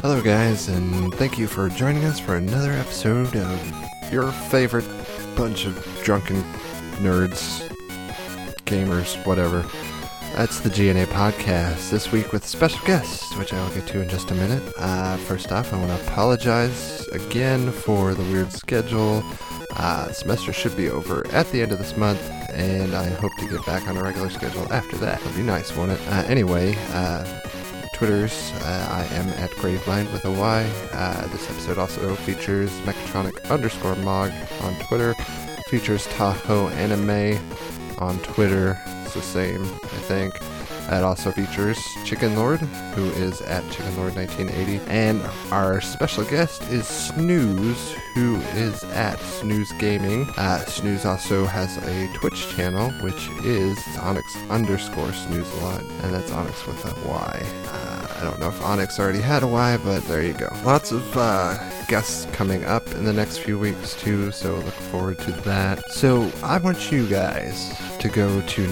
Hello, guys, and thank you for joining us for another episode of your favorite bunch of drunken nerds, gamers, whatever. That's the GNA podcast this week with special guests, which I will get to in just a minute. Uh, first off, I want to apologize again for the weird schedule. Uh, semester should be over at the end of this month, and I hope to get back on a regular schedule after that. It'll be nice, won't it? Uh, anyway, uh, Twitters. Uh, I am at Gravemind with a Y. Uh, this episode also features Mechatronic underscore Mog on Twitter. Features Tahoe Anime on Twitter. It's the same, I think. It also features Chicken Lord, who is at Chicken Lord 1980, and our special guest is Snooze, who is at Snooze Gaming. Uh, Snooze also has a Twitch channel, which is Onyx underscore Snooze a lot, and that's Onyx with a Y. Uh, I don't know if Onyx already had a Y, but there you go. Lots of uh, guests coming up in the next few weeks too, so look forward to that. So I want you guys to go to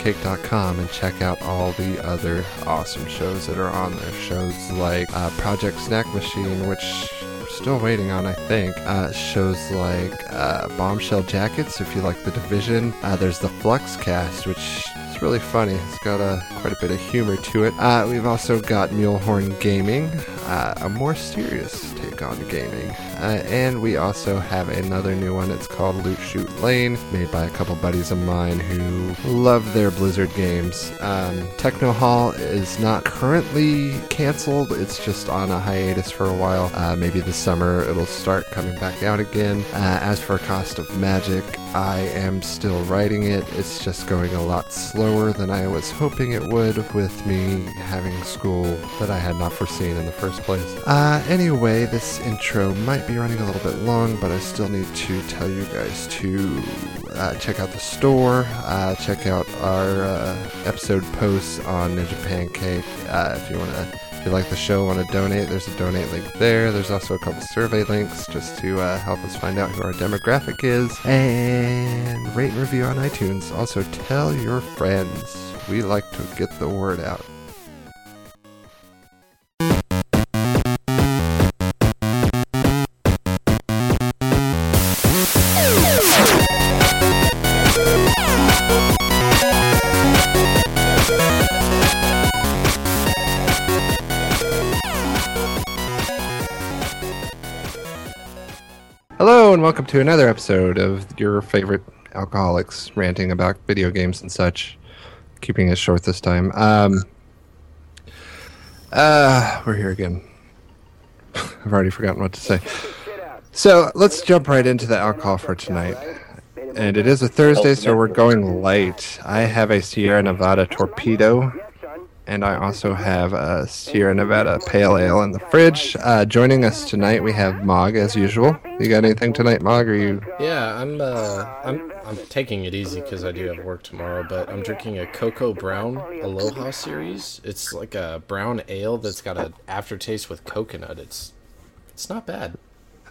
ninjapancake.com and check out all the other awesome shows that are on there. Shows like uh, Project Snack Machine, which we're still waiting on, I think. Uh, shows like uh, Bombshell Jackets, if you like The Division. Uh, there's the Flux Cast, which it's really funny. It's got a quite a bit of humor to it. Uh, we've also got Mulehorn Gaming, uh, a more serious take on gaming, uh, and we also have another new one. It's called Loot Shoot Lane, made by a couple buddies of mine who love their Blizzard games. Um, Techno Hall is not currently canceled. It's just on a hiatus for a while. Uh, maybe this summer it'll start coming back out again. Uh, as for Cost of Magic, I am still writing it. It's just going a lot slower than I was hoping it would with me having school that I had not foreseen in the first place. Uh, anyway, this intro might be running a little bit long, but I still need to tell you guys to uh, check out the store, uh, check out our uh, episode posts on Ninja Pancake uh, if you want to if you like the show, want to donate, there's a donate link there. There's also a couple survey links just to uh, help us find out who our demographic is. And rate and review on iTunes. Also, tell your friends. We like to get the word out. Hello, and welcome to another episode of your favorite alcoholics ranting about video games and such. Keeping it short this time. Um, uh, we're here again. I've already forgotten what to say. So let's jump right into the alcohol for tonight. And it is a Thursday, so we're going light. I have a Sierra Nevada torpedo and I also have a Sierra Nevada Pale Ale in the fridge. Uh, joining us tonight, we have Mog as usual. You got anything tonight, Mog? Or you? Yeah, I'm uh, I'm I'm taking it easy because I do have work tomorrow. But I'm drinking a cocoa brown Aloha series. It's like a brown ale that's got an aftertaste with coconut. It's it's not bad.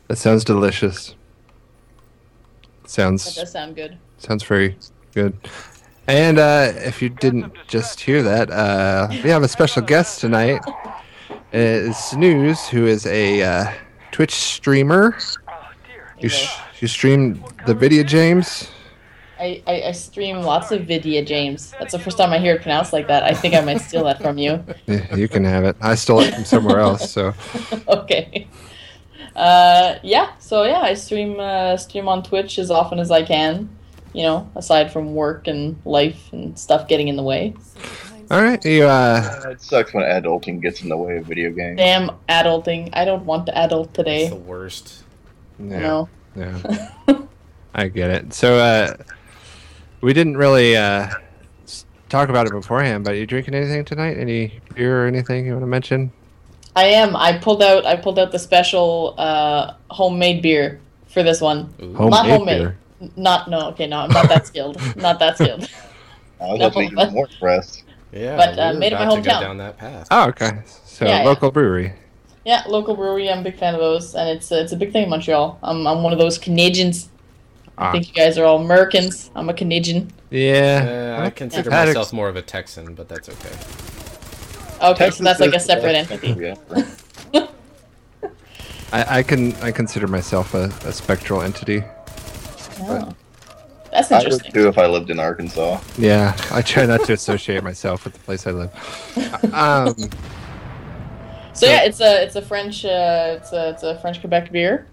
That sounds delicious. That Sounds does sound good. sounds very good. And uh, if you didn't just hear that, uh, we have a special guest tonight. It's Snooze, who is a uh, Twitch streamer. You, sh- you stream the video James. I, I, I stream lots of video James. That's the first time I hear it pronounced like that. I think I might steal that from you. Yeah, you can have it. I stole it from somewhere else, so okay. Uh, yeah. So yeah, I stream uh, stream on Twitch as often as I can. You know, aside from work and life and stuff getting in the way. all right. You uh, It sucks when adulting gets in the way of video games. Damn adulting. I don't want to adult It's the today. worst. yeah, No. yeah. I get it. So uh, we didn't really uh s- talk about it beforehand, but you drinking anything tonight? Any beer or anything you want to mention? I am. I pulled out. I pulled out the special uh, homemade beer for this one. Ooh. Home- not Homemade homemade. beer. N- Not no. Okay, no. I'm not that skilled. not that skilled. I was actually even more impressed. Yeah, But, uh, we were made in my about to go hometown. Ah. down that path. Oh, okay. So Yeah, yeah. local brewery. Yeah, local brewery. I'm a big fan of those, and it's a, it's a big thing in Montreal. I'm I'm one of those Canadians. I Ah. think you guys are all Americans. I'm a Canadian. Yeah. Uh, I consider Had ex- myself more of a Texan, but that's okay. Okay, so that's like a is- separate that's- entity. Yeah, right. I, I can I consider myself a, a spectral entity. Oh. That's I would interesting. too if I lived in Arkansas. Yeah, I try not to associate myself with the place I live. Um, So yeah, it's a it's a French uh, it's a it's a French Quebec beer.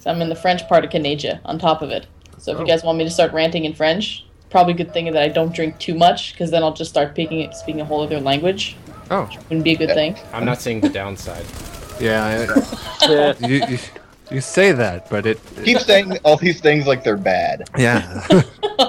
So I'm in the French part of Canada on top of it. So if Oh. you guys want me to start ranting in French, probably a good thing that I don't drink too much because then I'll just start picking speaking a whole other language. oh, Wouldn't be a good thing. I'm not seeing the downside. yeah. Yeah. I, you, you you say that, but it, it- Keep saying all these things like they're bad. yeah.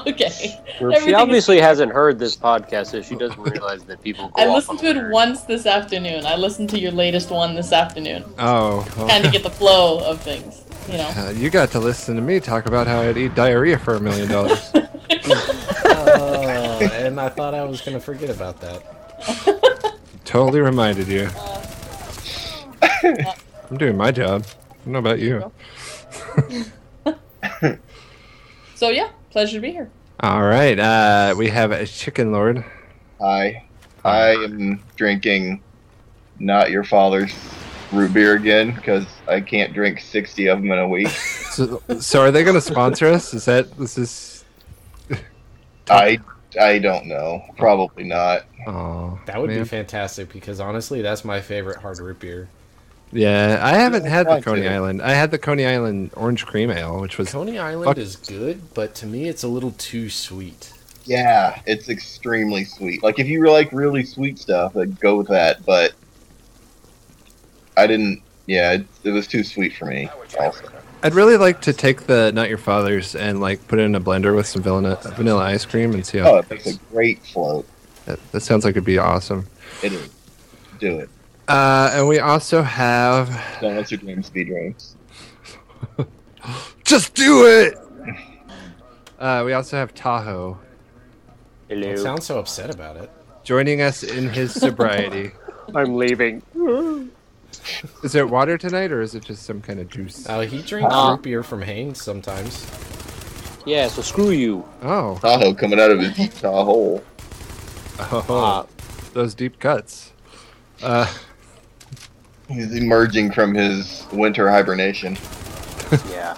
okay. She Everything is- obviously hasn't heard this podcast, so she doesn't realize that people. Go I off listened on to it her. once this afternoon. I listened to your latest one this afternoon. Oh, well, Kind of get the flow of things, you know. uh, you got to listen to me talk about how I'd eat diarrhea for a million dollars. Oh, and I thought I was gonna forget about that. Totally reminded you. I'm doing my job. I don't know about you. So yeah, pleasure to be here. All right, uh, we have a chicken lord. I, I am drinking, not your father's root beer again because I can't drink sixty of them in a week. So, so are they going to sponsor us? Is that this is? I, I don't know. Probably not. Oh, That would man. be fantastic because honestly, that's my favorite hard root beer. Yeah, I haven't Yeah, had I'd the like Coney to. Island. I had the Coney Island orange cream ale, which was Coney Island Fuck. is good, but to me, it's a little too sweet. Yeah, it's extremely sweet. Like if you like really sweet stuff, then go with that. But I didn't. Yeah, it, it was too sweet for me. Also, I'd really like to take the Not Your Father's and like put it in a blender with some vanilla, vanilla ice cream and see how oh, it's a great float. that, that sounds like it'd be awesome. It is. Do it. Uh, and we also have Don't let your dreams be dreams. just do it. Uh, we also have Tahoe Don't Hello. sound so upset about it. joining us in his sobriety. I'm leaving. is it water tonight or is it just some kind of juice? Uh, he drinks Uh. root beer from Hanes sometimes. Yeah. So screw you. Oh, Tahoe coming out of his Utah hole. Uh, oh those deep cuts. Uh, He's emerging from his winter hibernation. yeah.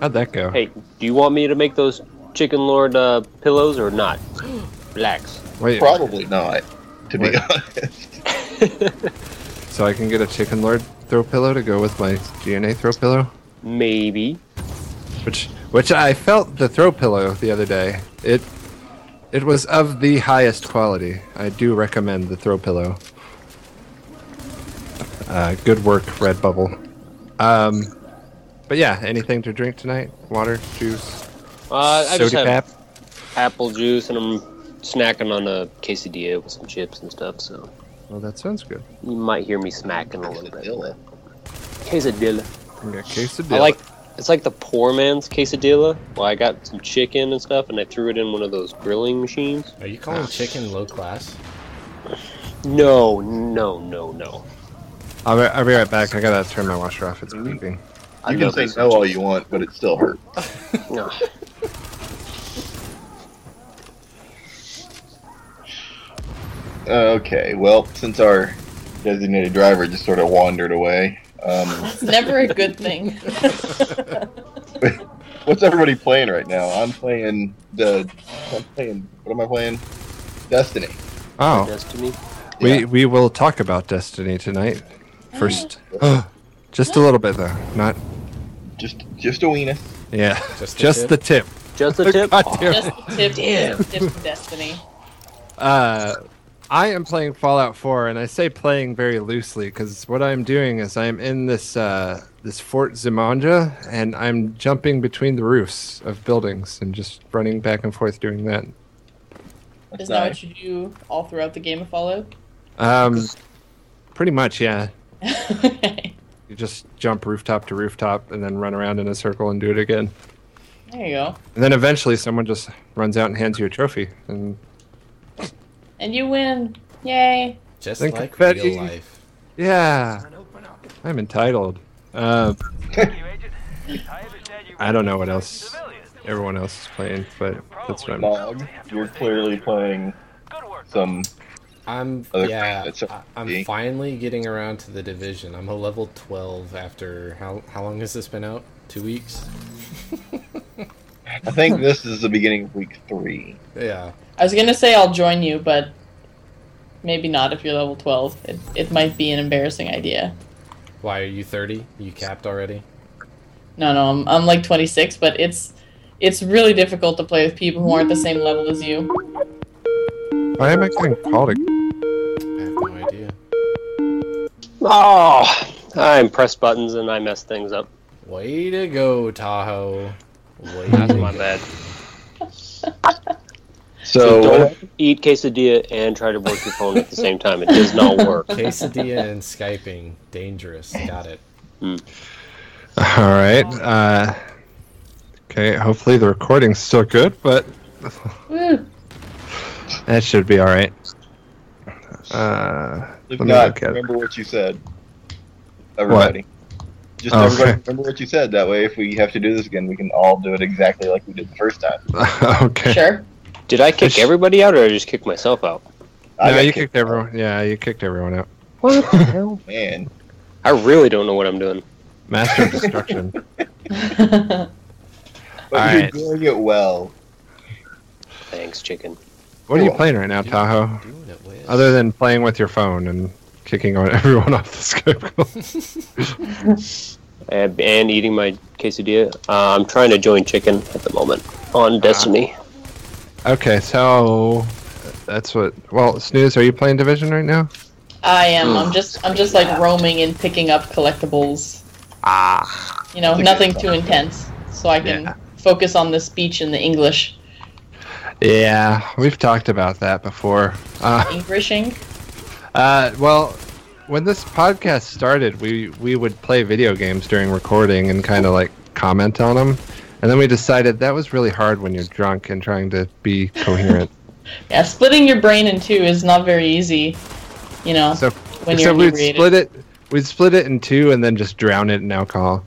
how'd that go? Hey, do you want me to make those chicken lord uh, pillows or not? Relax. Wait, Probably not, to be Wait. honest. so I can get a Chicken Lord throw pillow to go with my GNA throw pillow? Maybe. which which I felt the throw pillow the other day. It it was of the highest quality. I do recommend the throw pillow. Uh, good work, Redbubble. Um, but yeah, anything to drink tonight? Water, juice, Uh, I just soda have pap. apple juice and I'm snacking on a quesadilla with some chips and stuff. So Well, that sounds good. you might hear me snacking a little bit. Quesadilla. Quesadilla. We got quesadilla. I like. It's like the poor man's quesadilla. Well, I got some chicken and stuff, and I threw it in one of those grilling machines. Are you calling chicken low class? No, no, no, no. I'll be, I'll be right back. I gotta turn my washer off. It's beeping. I You can love say this no all you want, but it still hurts. No. Okay, well, since our designated driver just sort of wandered away, um, It's never a good thing. what's everybody playing right now? I'm playing the. I'm playing. What am I playing? Destiny. Oh, Destiny. we we will talk about Destiny tonight. First, just a little bit though. Not Just, just a weenus. yeah. Just the Just tip? the tip. Just a tip. God damn it. Just the tip, just the tip of destiny. Uh, I am playing Fallout 4, and I say playing very loosely because what I'm doing is I'm in this uh, this Fort Zimanja, and I'm jumping between the roofs of buildings and just running back and forth doing that. That's Isn't that nice. what you do all throughout the game of Fallout? Um, pretty much, yeah. okay. You just jump rooftop to rooftop and then run around in a circle and do it again. There you go. And then eventually, someone just runs out and hands you a trophy, and And you win. Yay. Just Think like about real you. life. yeah, I'm entitled. Uh, I don't know what else everyone else is playing, but that's what I'm. Mog, you're clearly playing some. I'm Other yeah. friends, that's I- I'm okay. finally getting around to the division. I'm a level 12 after how how long has this been out? Two weeks. I think this is the beginning of week three. Yeah. I was gonna say I'll join you, but maybe not if you're level twelve. It it might be an embarrassing idea. Why are you 30? You capped already? No, no, I'm I'm like twenty six, but it's it's really difficult to play with people who aren't the same level as you. Why am I getting called? a- I have no idea. Oh, I press buttons and I mess things up. Way to go, Tahoe. Way That's to my go. bad. So, don't eat quesadilla and try to work your phone at the same time. It does not work. Quesadilla and Skyping. Dangerous. Got it. All right. Uh, okay. Hopefully the recording's still good, but Woo. that should be all right. Uh, if let me not, look at it. remember what you said. Everybody. Just Oh, everybody okay. remember what you said. That way, if we have to do this again, we can all do it exactly like we did the first time. okay. Sure. Did I kick everybody out or did I just kick myself out? I No, got you kicked everyone. Yeah, you kicked everyone out. What the hell? Man, I really don't know what I'm doing. Master of destruction. but All you're right. doing it well. Thanks, chicken. What are you Cool. playing right now, Tahoe? Doing it with. Other than playing with your phone and kicking on everyone off the Skype call. And and eating my quesadilla. Uh, I'm trying to join chicken at the moment on Ah, Destiny. Okay, so that's what. Well, Snooze, are you playing Division right now? I am. Hmm. I'm just I'm just like roaming and picking up collectibles. Ah. You know, That's a good nothing thought. too intense, so I can Yeah. focus on the speech and the English. Yeah, we've talked about that before. Uh, Englishing. uh, well, when this podcast started, we we would play video games during recording and kind of like comment on them, and then we decided that was really hard when you're drunk and trying to be coherent. Yeah, splitting your brain in two is not very easy. You know, So when you're Except we'd inebriated. split it. We'd split it in two and then just drown it in alcohol.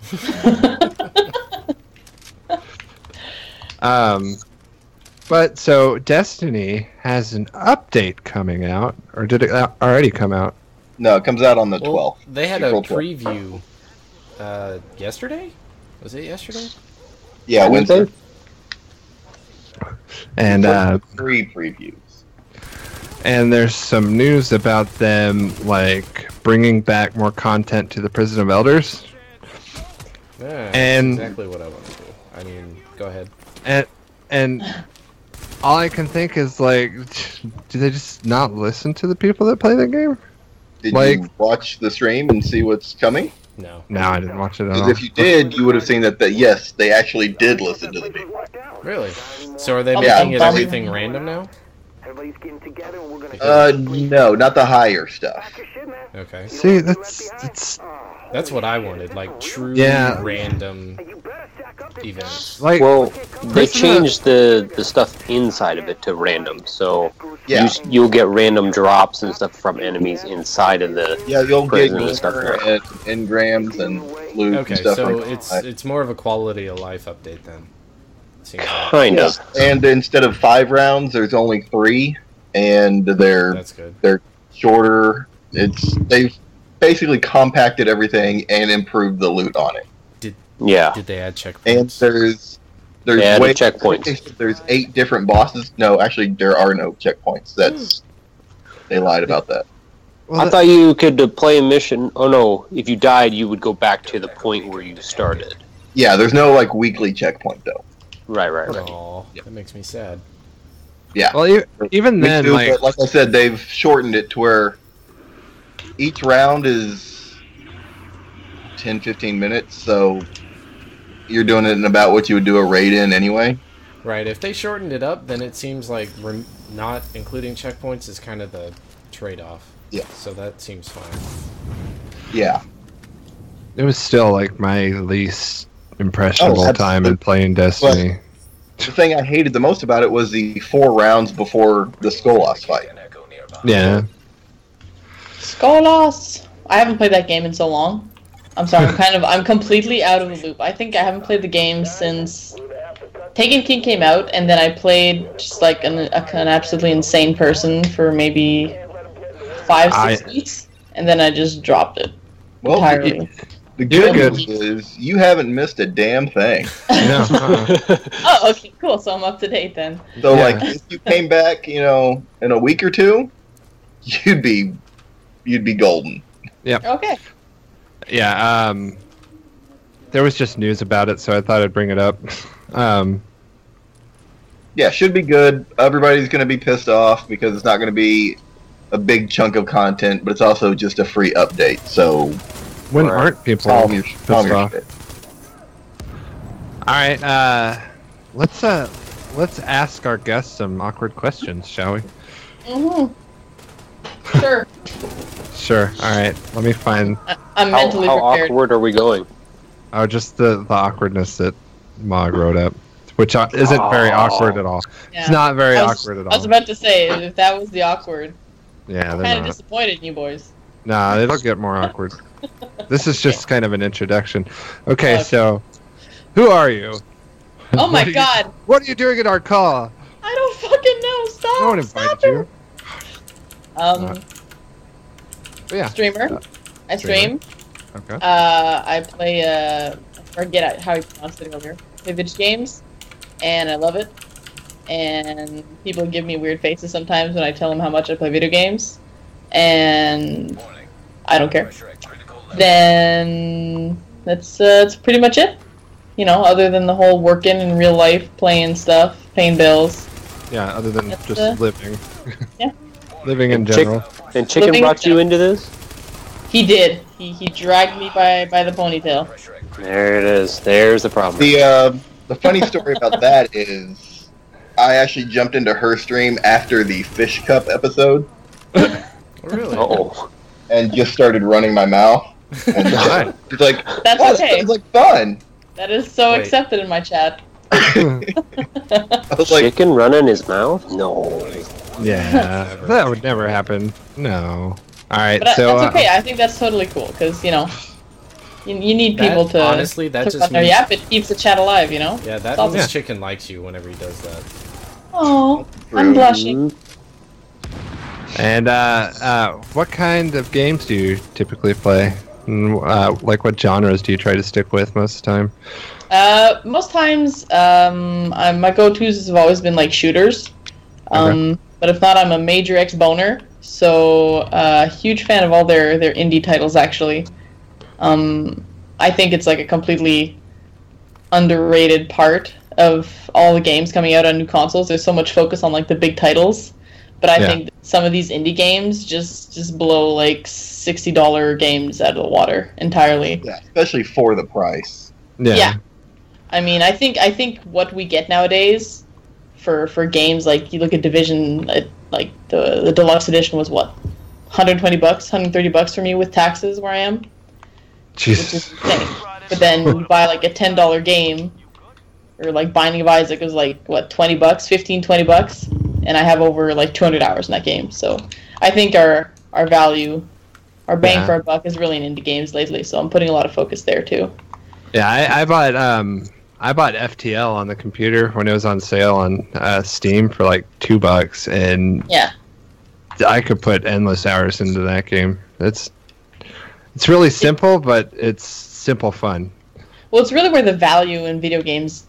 um, but so Destiny has an update coming out, or did it a- already come out? No, it comes out on the Well, 12th. they had April a 12th. preview uh, yesterday. Was it yesterday? Yeah, Wednesday. And uh, Three previews. and there's some news about them like bringing back more content to the Prison of Elders. Yeah, that's And- exactly what I want to do. I mean, go ahead. and and all I can think is like, do they just not listen to the people that play the game? Did you Like- watch the stream and see what's coming? No. No, I didn't watch it at Because all. if you did, you would have seen that, that yes, they actually did listen to the people. Really? So are they Yeah, making it I'm- everything random now? Everybody's getting together and we're gonna Uh, no, not the higher stuff. Okay. See, that's that's Oh, That's what I wanted. Like true Yeah. random You better stack up this events. like Well, they Listen to- changed the, the stuff inside of it to random, so Yeah. you, s- you'll get random drops and stuff from enemies inside of the. Yeah, you'll get Prison and stuff. gear and engrams and loot Okay, and stuff so like it's that. it's more of a quality of life update then. Seems like. Kind of. Yes, and instead of five rounds, there's only three, and they're That's good. shorter. It's they've basically compacted everything and improved the loot on it. Yeah. Did they add And checkpoints? there's there's They added way- checkpoints. There's eight different bosses. No, actually, there are no checkpoints. That's they lied about that. well, I thought you could uh, play a mission. Oh no, if you died, you would go back to the point where you started. Yeah, there's no like weekly checkpoint though. Right, right, right. Aw, that makes me sad. well, e- even We then, do, like, but like I said, they've shortened it to where each round is 10, 15 minutes. So you're doing it in about what you would do a raid in anyway. Right. If they shortened it up, then it seems like rem- not including checkpoints is kind of the trade-off. Yeah. So that seems fine. Yeah, it was still like my least Oh, impressionable absolutely. time in playing Destiny. the thing I hated the most about it was the four rounds before the Skolas fight. yeah, Skolas. I haven't played that game in so long. I'm sorry. I'm kind of. I'm completely out of the loop. I think I haven't played the game since Taken King came out, and then I played just like an, a, an absolutely insane person for maybe five, six I- weeks, and then I just dropped it Well, entirely. the You're good, good. news is you haven't missed a damn thing. No, uh-uh. Oh, okay, cool. So I'm up to date then. So, Yeah. like, if you came back, you know, in a week or two, you'd be, you'd be golden. Okay. yeah. Um, there was just news about it, so I thought I'd bring it up. Um, Yeah, should be good. Everybody's going to be pissed off because it's not going to be a big chunk of content, but it's also just a free update. So, when Right. aren't people calm your, Oh, pissed calm your off? shit. All right, uh, let's uh, let's ask our guests some awkward questions, shall we? hmm Mm-hmm. Sure. Sure. All right, let me find. I'm How, mentally how prepared. awkward are we going? Oh, just the the awkwardness that Mog wrote up, which uh, isn't very Oh. awkward at all. Yeah. It's not very I was- awkward at I was all. about to say if that was the awkward, Yeah, they're kind not. of disappointed in you boys. Nah, it'll get more awkward. this is just kind of an introduction. Okay, Okay. so who are you? Oh What my are you- god, What are you doing at our call? I don't fucking know. Stop. No one stop invited her. you. Uh, Um, Yeah. Uh, streamer. I stream. Okay. Uh, I play. Uh, I forget how you pronounce it over here. I play video games, and I love it. And people give me weird faces sometimes when I tell them how much I play video games, and I don't care. Then that's uh, that's pretty much it. You know, other than the whole working in real life, playing stuff, paying bills. Yeah, other than That's, just uh, living. yeah. Living in Chick- general. And Chicken Living brought you into this? He did. He he dragged me by by the ponytail. There it is. There's the problem. The uh, the funny story about that is, I actually jumped into her stream after the fish cup episode Really? oh. and just started running my mouth. And Alright. it's like That's "Oh, okay. It's like fun. That is so Wait. accepted in my chat. I was like, Chicken running his mouth? No. yeah. Never. that would never happen. No. All right, But I- so that's uh, okay. I think that's totally cool because you know, you, you need That- people to honestly, that to just run their means- yap. It keeps the chat alive, you know. Yeah, that Yeah. means chicken likes you whenever he does that. Oh, I'm True. blushing. and uh, uh, what kind of games do you typically play? And, uh, like what genres do you try to stick with most of the time? Uh, most times, um, I, my go-to's have always been like shooters. Um, but if not, I'm a major ex-boner, so uh, huge fan of all their their indie titles. Actually, um, I think it's like a completely underrated part of all the games coming out on new consoles. There's so much focus on like the big titles, but I Yeah. think some of these indie games just just blow like sixty dollar games out of the water entirely. yeah, especially for the price. Yeah. I mean, I think I think what we get nowadays for for games like you look at Division, it, like the the deluxe edition was what, 120 bucks, 130 bucks for me with taxes where I am, which Jesus. is insane. But then you buy like a ten dollar game, or like Binding of Isaac was like what 20 bucks, 15, 20 bucks, and I have over like 200 hours in that game. So I think our our value, our bang Yeah. for our buck is really in indie games lately. So I'm putting a lot of focus there too. Yeah, I, I bought um I bought FTL on the computer when it was on sale on uh, Steam for like two bucks, and Yeah. I could put endless hours into that game. It's it's really simple, but it's simple fun. Well, it's really where the value in video games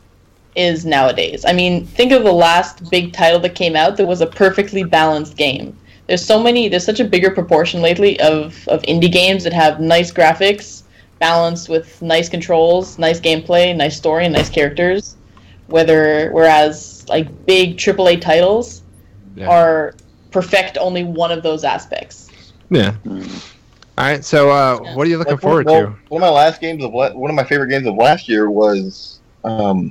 is nowadays. I mean, think of the last big title that came out that was a perfectly balanced game. There's so many, there's such a bigger proportion lately of, of indie games that have nice graphics, balanced with nice controls, nice gameplay, nice story, and nice characters. Whether whereas like big AAA titles Yeah. are perfect only one of those aspects. Yeah. Mm. All right, so uh, Yeah. what are you looking Like, forward well, to? One of my last games of la- one of my favorite games of last year was um,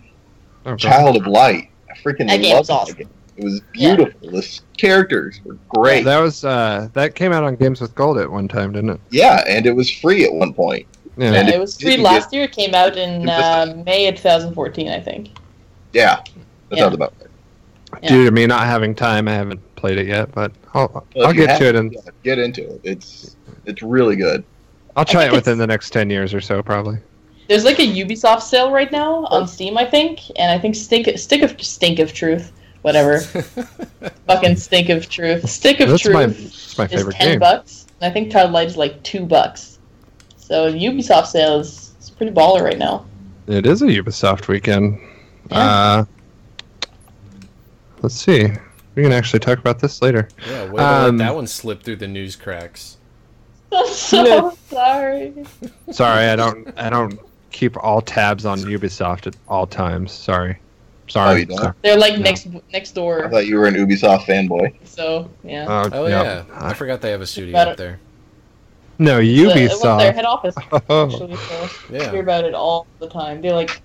Oh, God. Child of Light. I freaking That game was loved awesome. that game. It was Yeah. beautiful. The characters were great. That was uh, that came out on Games with Gold at one time, didn't it? Yeah, and it was free at one point. Yeah. Yeah, And it it was didn't free get- last year. It came out in It was- uh, May of 2014, I think. Yeah, that Yeah. sounds about right. Yeah. Due to me not having time, I haven't played it yet, but I'll Well, I'll if you get have to it. And yeah, get into it. It's it's really good. I'll try it think within the next ten years or so, probably. There's like a Ubisoft sale right now Oh. on Steam, I think, and I think Stink Stick of Stink of Truth, whatever, fucking Stink of Truth, Stick of That's Truth my that's my is favorite ten game. bucks, and I think Todd Light is like two bucks. So Ubisoft sale is, is pretty baller right now. It is a Ubisoft weekend. Yeah. Uh, let's see. We can actually talk about this later. Yeah, way to let Um, that one slip through the news cracks. I'm so Yeah. sorry. Sorry, I don't. I don't keep all tabs on Ubisoft at all times. Sorry. Sorry. Oh, you don't? Sorry. They're like No. next next I door, thought you were an Ubisoft fanboy. so yeah. Uh, Oh yeah. yeah, I forgot they have a studio About up it. there. No, The- uh, well, Ubisoft. their head office Oh, actually. So I hear Yeah, about it all the time. They like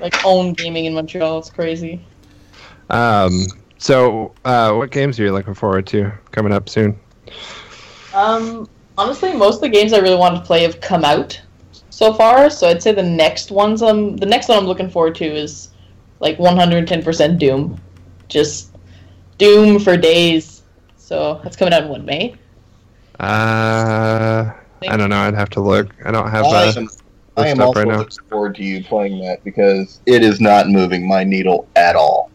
like own gaming in Montreal. It's crazy. um. So, uh, what games are you looking forward to coming up soon? Um, honestly, most of the games I really wanted to play have come out so far. So I'd say the next ones I'm the next one I'm looking forward to is like 110% Doom, just Doom for days. So that's coming out in what May. Uh, I don't know. I'd have to look. I don't have. I Uh, am, I am up also right now. looking forward to you playing that because it is not moving my needle at all.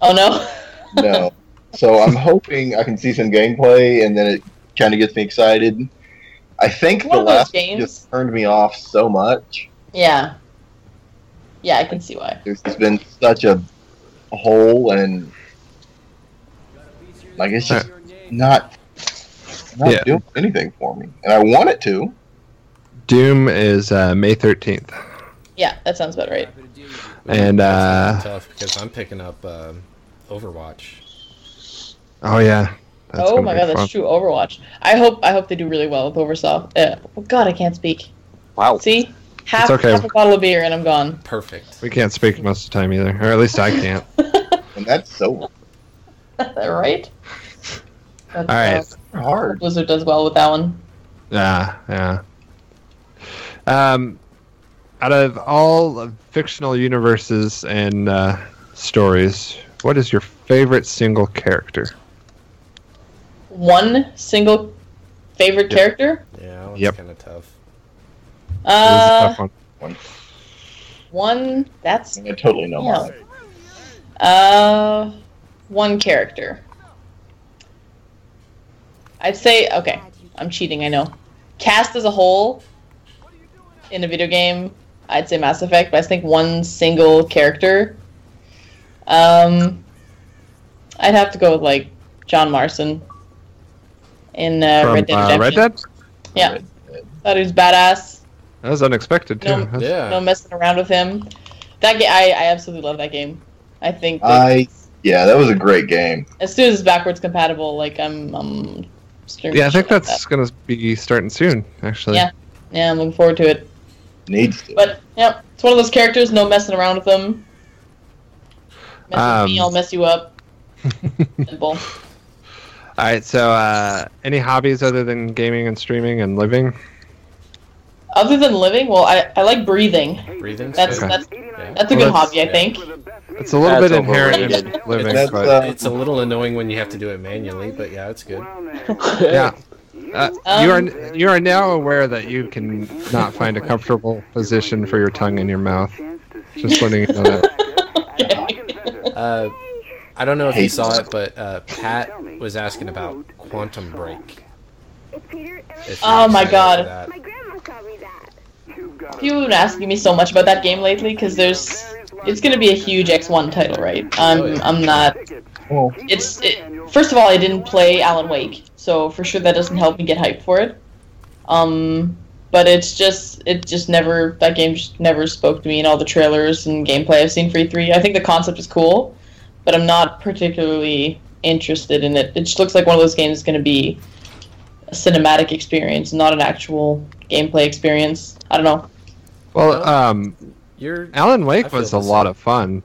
Oh no. No. so I'm hoping I can see some gameplay and then it kind of gets me excited. I think One the of those last games. just turned me off so much. yeah. Yeah, I can see why. there's just been such a hole and like it's uh, just not not Yeah. doing anything for me and i want it to Doom is uh, May thirteenth, Yeah, that sounds about right. and That's uh, gonna be tough because I'm picking up um, Overwatch. oh yeah. That's oh gonna my be god, fun. that's true. Overwatch. I hope I hope they do really well with Oversoft. Uh, oh god, I can't speak. Wow. See, half, Oh. It's okay. half a bottle of beer and I'm gone. Perfect. We can't speak most of the time either, or at least I can't. and that's so right? That's, uh, All right. hard Blizzard does well with that one. Yeah, yeah. Um, out of all of fictional universes and uh, stories, what is your favorite single character? One single favorite character? Yeah, that one's Yep. kind of tough. That is a Uh, tough one. one. That's i totally know yeah. mine. Uh, one character. I'd say okay. I'm cheating. I know. Cast as a whole in a video game, I'd say Mass Effect, but I think one single character. Um, I'd have to go with like John Marson in uh, From, Red Dead uh, Redemption. Red Dead? Yeah, thought he was badass. That was unexpected, too. No, That's- Yeah, No messing around with him. That game, I, I absolutely love that game. I think that I- yeah that was a great game as soon as it's backwards compatible, like I'm, I'm streaming yeah, I think shit like that's going to be starting soon, actually. Yeah. that. Yeah, I'm looking forward to it. needs to But yeah, it's one of those characters. No messing around with them. Mess Um, with me, I'll mess you up. Simple. All right, so uh, any hobbies other than gaming and streaming and living? Other than living, well, I, I like breathing. breathing. That's Okay. that's Yeah. that's a Well, that's- good hobby, I yeah. think. It's a little That's bit inherent in overrated. living, That's, but uh, it's a little annoying when you have to do it manually, but yeah, it's good. yeah. Uh, you Um, are you are now aware that you can not find a comfortable position for your tongue in your mouth. Just letting you know that. Uh, I don't know if you Hate saw it, but uh, Pat was asking about Quantum Break. It's Peter and if my, you're Oh my excited for God. that. my grandma called me that. You've been asking me so much about that game lately because there's it's going to be a huge X1 title, right? I'm Oh, yeah. I'm not. well, It's it, first of all, I didn't play Alan Wake, so for sure that doesn't help me get hyped for it. Um, but it's just it just never that game just never spoke to me in all the trailers and gameplay I've seen for E3. I think the concept is cool, but I'm not particularly interested in it. It just looks like one of those games is going to be a cinematic experience, not an actual gameplay experience. I don't know. Well, um, You're Alan I Wake feel was a the lot same. of fun.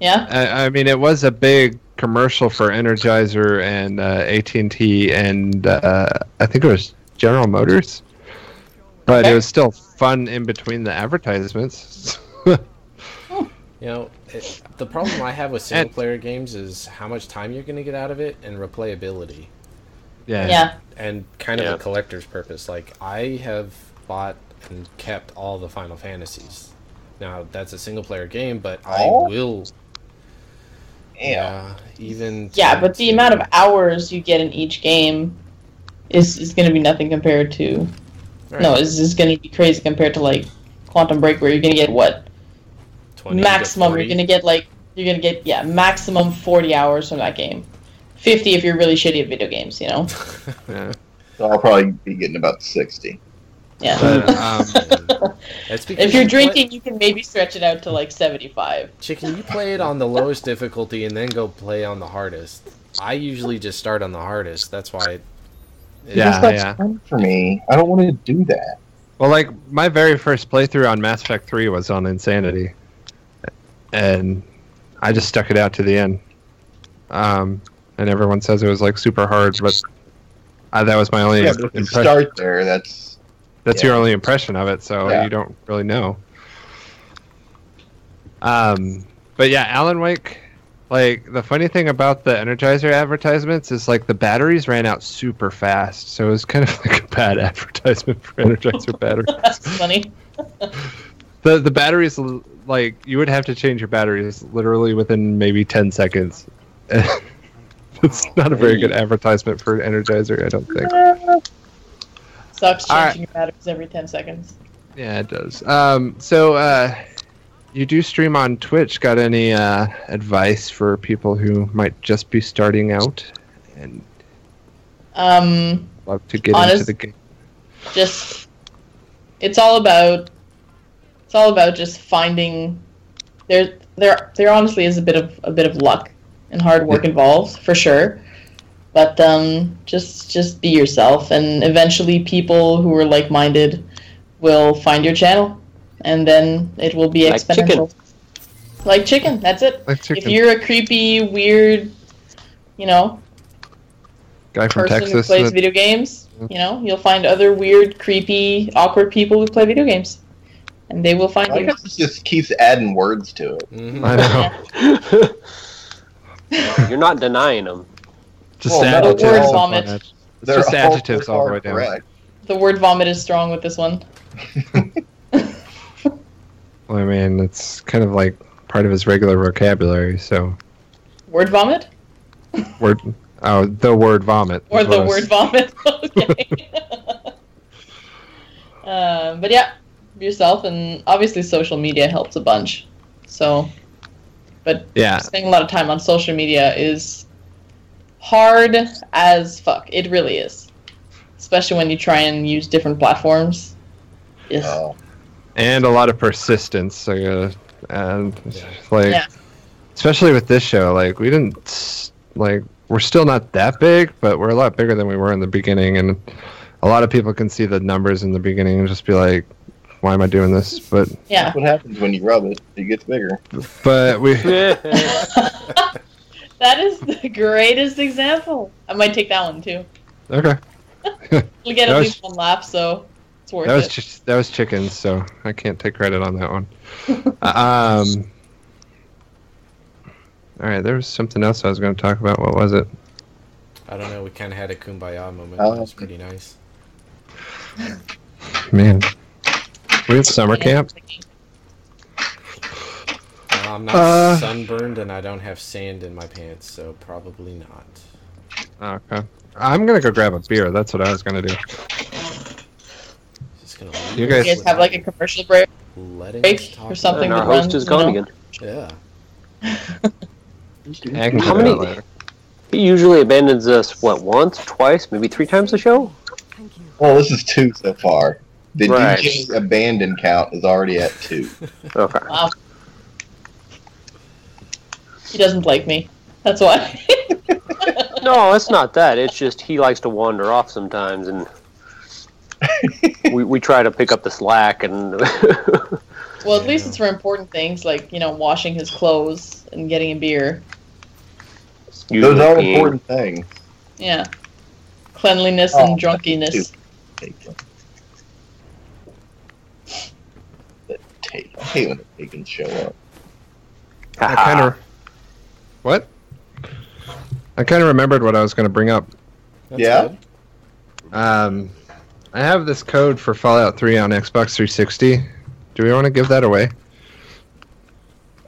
Yeah. I, I mean, it was a big commercial for Energizer and uh, AT and T, and uh, I think it was General Motors. But Okay. it was still fun in between the advertisements. You know, it, the problem I have with single player games is how much time you're going to get out of it and replayability. Yeah. Yeah. and kind of Yeah. a collector's purpose. Like I have bought and kept all the Final Fantasies. Now that's a single player game, but All? I will. Yeah. Yeah, even. Yeah, to- but the amount of hours you get in each game is is going to be nothing compared to. Right. No, is is going to be crazy compared to like Quantum Break, where you're going to get what 20 Oh, to maximum? You're 40. going to get like you're going to get yeah maximum forty hours from that game. Fifty if you're really shitty at video games, you know. yeah. So I'll probably be getting about sixty. Yeah. But, um, That's because if you're you play- drinking, you can maybe stretch it out to like seventy-five. chicken, you play it on the lowest difficulty and then go play on the hardest. I usually just start on the hardest. That's why. It, it- Yeah, It's not yeah. fun for me. I don't want to do that. Well, like my very first playthrough on Mass Effect Three was on Insanity, and I just stuck it out to the end. Um, and everyone says it was like super hard, but I, that was my only Yeah, but if you impression. start there, that's That's your only impression of it, so Yeah. you don't really know. Um, but yeah, Alan Wake. Like the funny thing about the Energizer advertisements is like the batteries ran out super fast, so it was kind of like a bad advertisement for Energizer batteries. That's funny. The the batteries l- like you would have to change your batteries literally within maybe ten seconds. it's not a very good advertisement for Energizer, I don't think. Sucks All right. changing your batteries every ten seconds. Yeah, it does. Um, so uh, you do stream on Twitch. Got any uh, advice for people who might just be starting out and Um, love to get into Honest- the game? just it's all about it's all about just finding there there there honestly is a bit of a bit of luck and hard work involved for sure but um just just be yourself and eventually people who are like-minded will find your channel and then it will be Like chicken. exponential like chicken that's it Like if chicken you're a creepy weird you know guy from person Texas. who plays that- video games. You know, you'll find other weird, creepy, awkward people who play video games, and they will find I you. guess it just keeps adding words to it. Mhm. I know. You're not denying them. Just Well, no, adjectives. word all vomit. the way down. It's They're just all- adjectives all the way down. correct. The word vomit is strong with this one. Well, I mean, it's kind of like part of his regular vocabulary. So Word vomit word. Oh, the word vomit. or is what I the was- word vomit. okay. um, but yeah, yourself and obviously social media helps a bunch. So, but Yeah. spending a lot of time on social media is hard as fuck. It really is, especially when you try and use different platforms. Yes. Oh. and a lot of persistence. So, uh, and like, Yeah. especially with this show, like we didn't s- like we're still not that big, but we're a lot bigger than we were in the beginning. And a lot of people can see the numbers in the beginning and just be like, "Why am I doing this?" But yeah. That's what happens when you rub it. It gets bigger. but we That is the greatest example. I might take that one too. okay. We'll get That at was- least one laugh, so it's worth That was it. chi- that was chickens, so I can't take credit on that one. um. All right, there was something else I was going to talk about. What was it? I don't know. We kind of had a kumbaya moment. Oh. That was pretty nice. Man, we have summer camp. Uh, I'm not Uh. sunburned and I don't have sand in my pants, so probably not. Oh, Okay. I'm gonna go grab a beer. That's what I was gonna do. Just gonna leave You us You guys- guys with have like a commercial break. letting break us or talk something? and our that runs, host is you gone know. again. about- Yeah. I can How do that many- later. He usually abandons us what once, twice, maybe three times a show. Well, this is two so far. The Right. DJ abandon count is already at two. Okay. Wow. He doesn't like me. That's why. No, it's not that. It's just he likes to wander off sometimes, and we we try to pick up the slack. And well, at least it's for important things like you know washing his clothes and getting a beer. Those usually are being- important things. Yeah, cleanliness Oh, and drunkenness. stupid. Take them. The tape. I hate when the pagans show up. I kind Ah. of. What? I kind of remembered what I was gonna bring up. That's Yeah? good. Um, I have this code for Fallout 3 on Xbox 360. Do we want to give that away?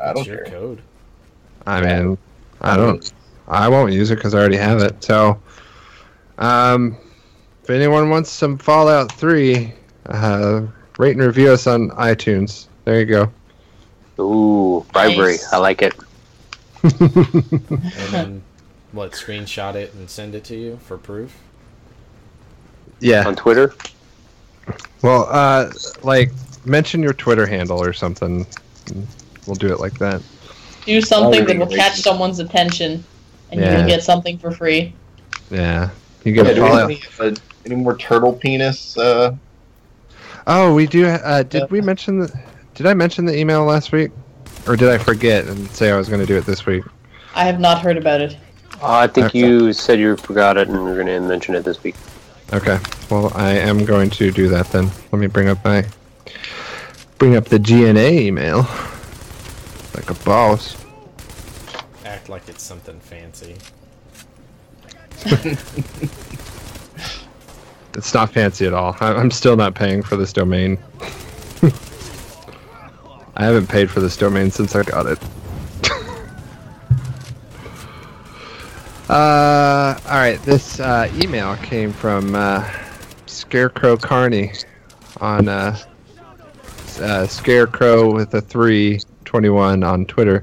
I don't That's your care. code. I mean, I don't. I won't use it because I already have it. So, um, if anyone wants some Fallout 3, uh, rate and review us on iTunes. There you go. Ooh, bribery. Nice. I like it. And then, what, screenshot it and send it to you for proof? yeah. On Twitter. Well, uh, like mention your Twitter handle or something. We'll do it like that. Do something Already that will catch racist. someone's attention, and you'll Yeah. get something for free. Yeah. You get Yeah, a do we have Fallout. any, uh, any more turtle penis? Uh, Oh, we do. Uh, did Yeah. we mention the? Did I mention the email last week, or did I forget and say I was going to do it this week? I have not heard about it. Oh, I think Okay. you said you forgot it and you're going to mention it this week. Okay. Well, I am going to do that then. Let me bring up my bring up the GNA email like a boss. Act like it's something fancy. It's not fancy at all. I- I'm still not paying for this domain. I haven't paid for this domain since I got it. uh, all right. This uh, email came from uh, Scarecrow Carney on uh, s- uh, Scarecrow with a three twenty one on Twitter,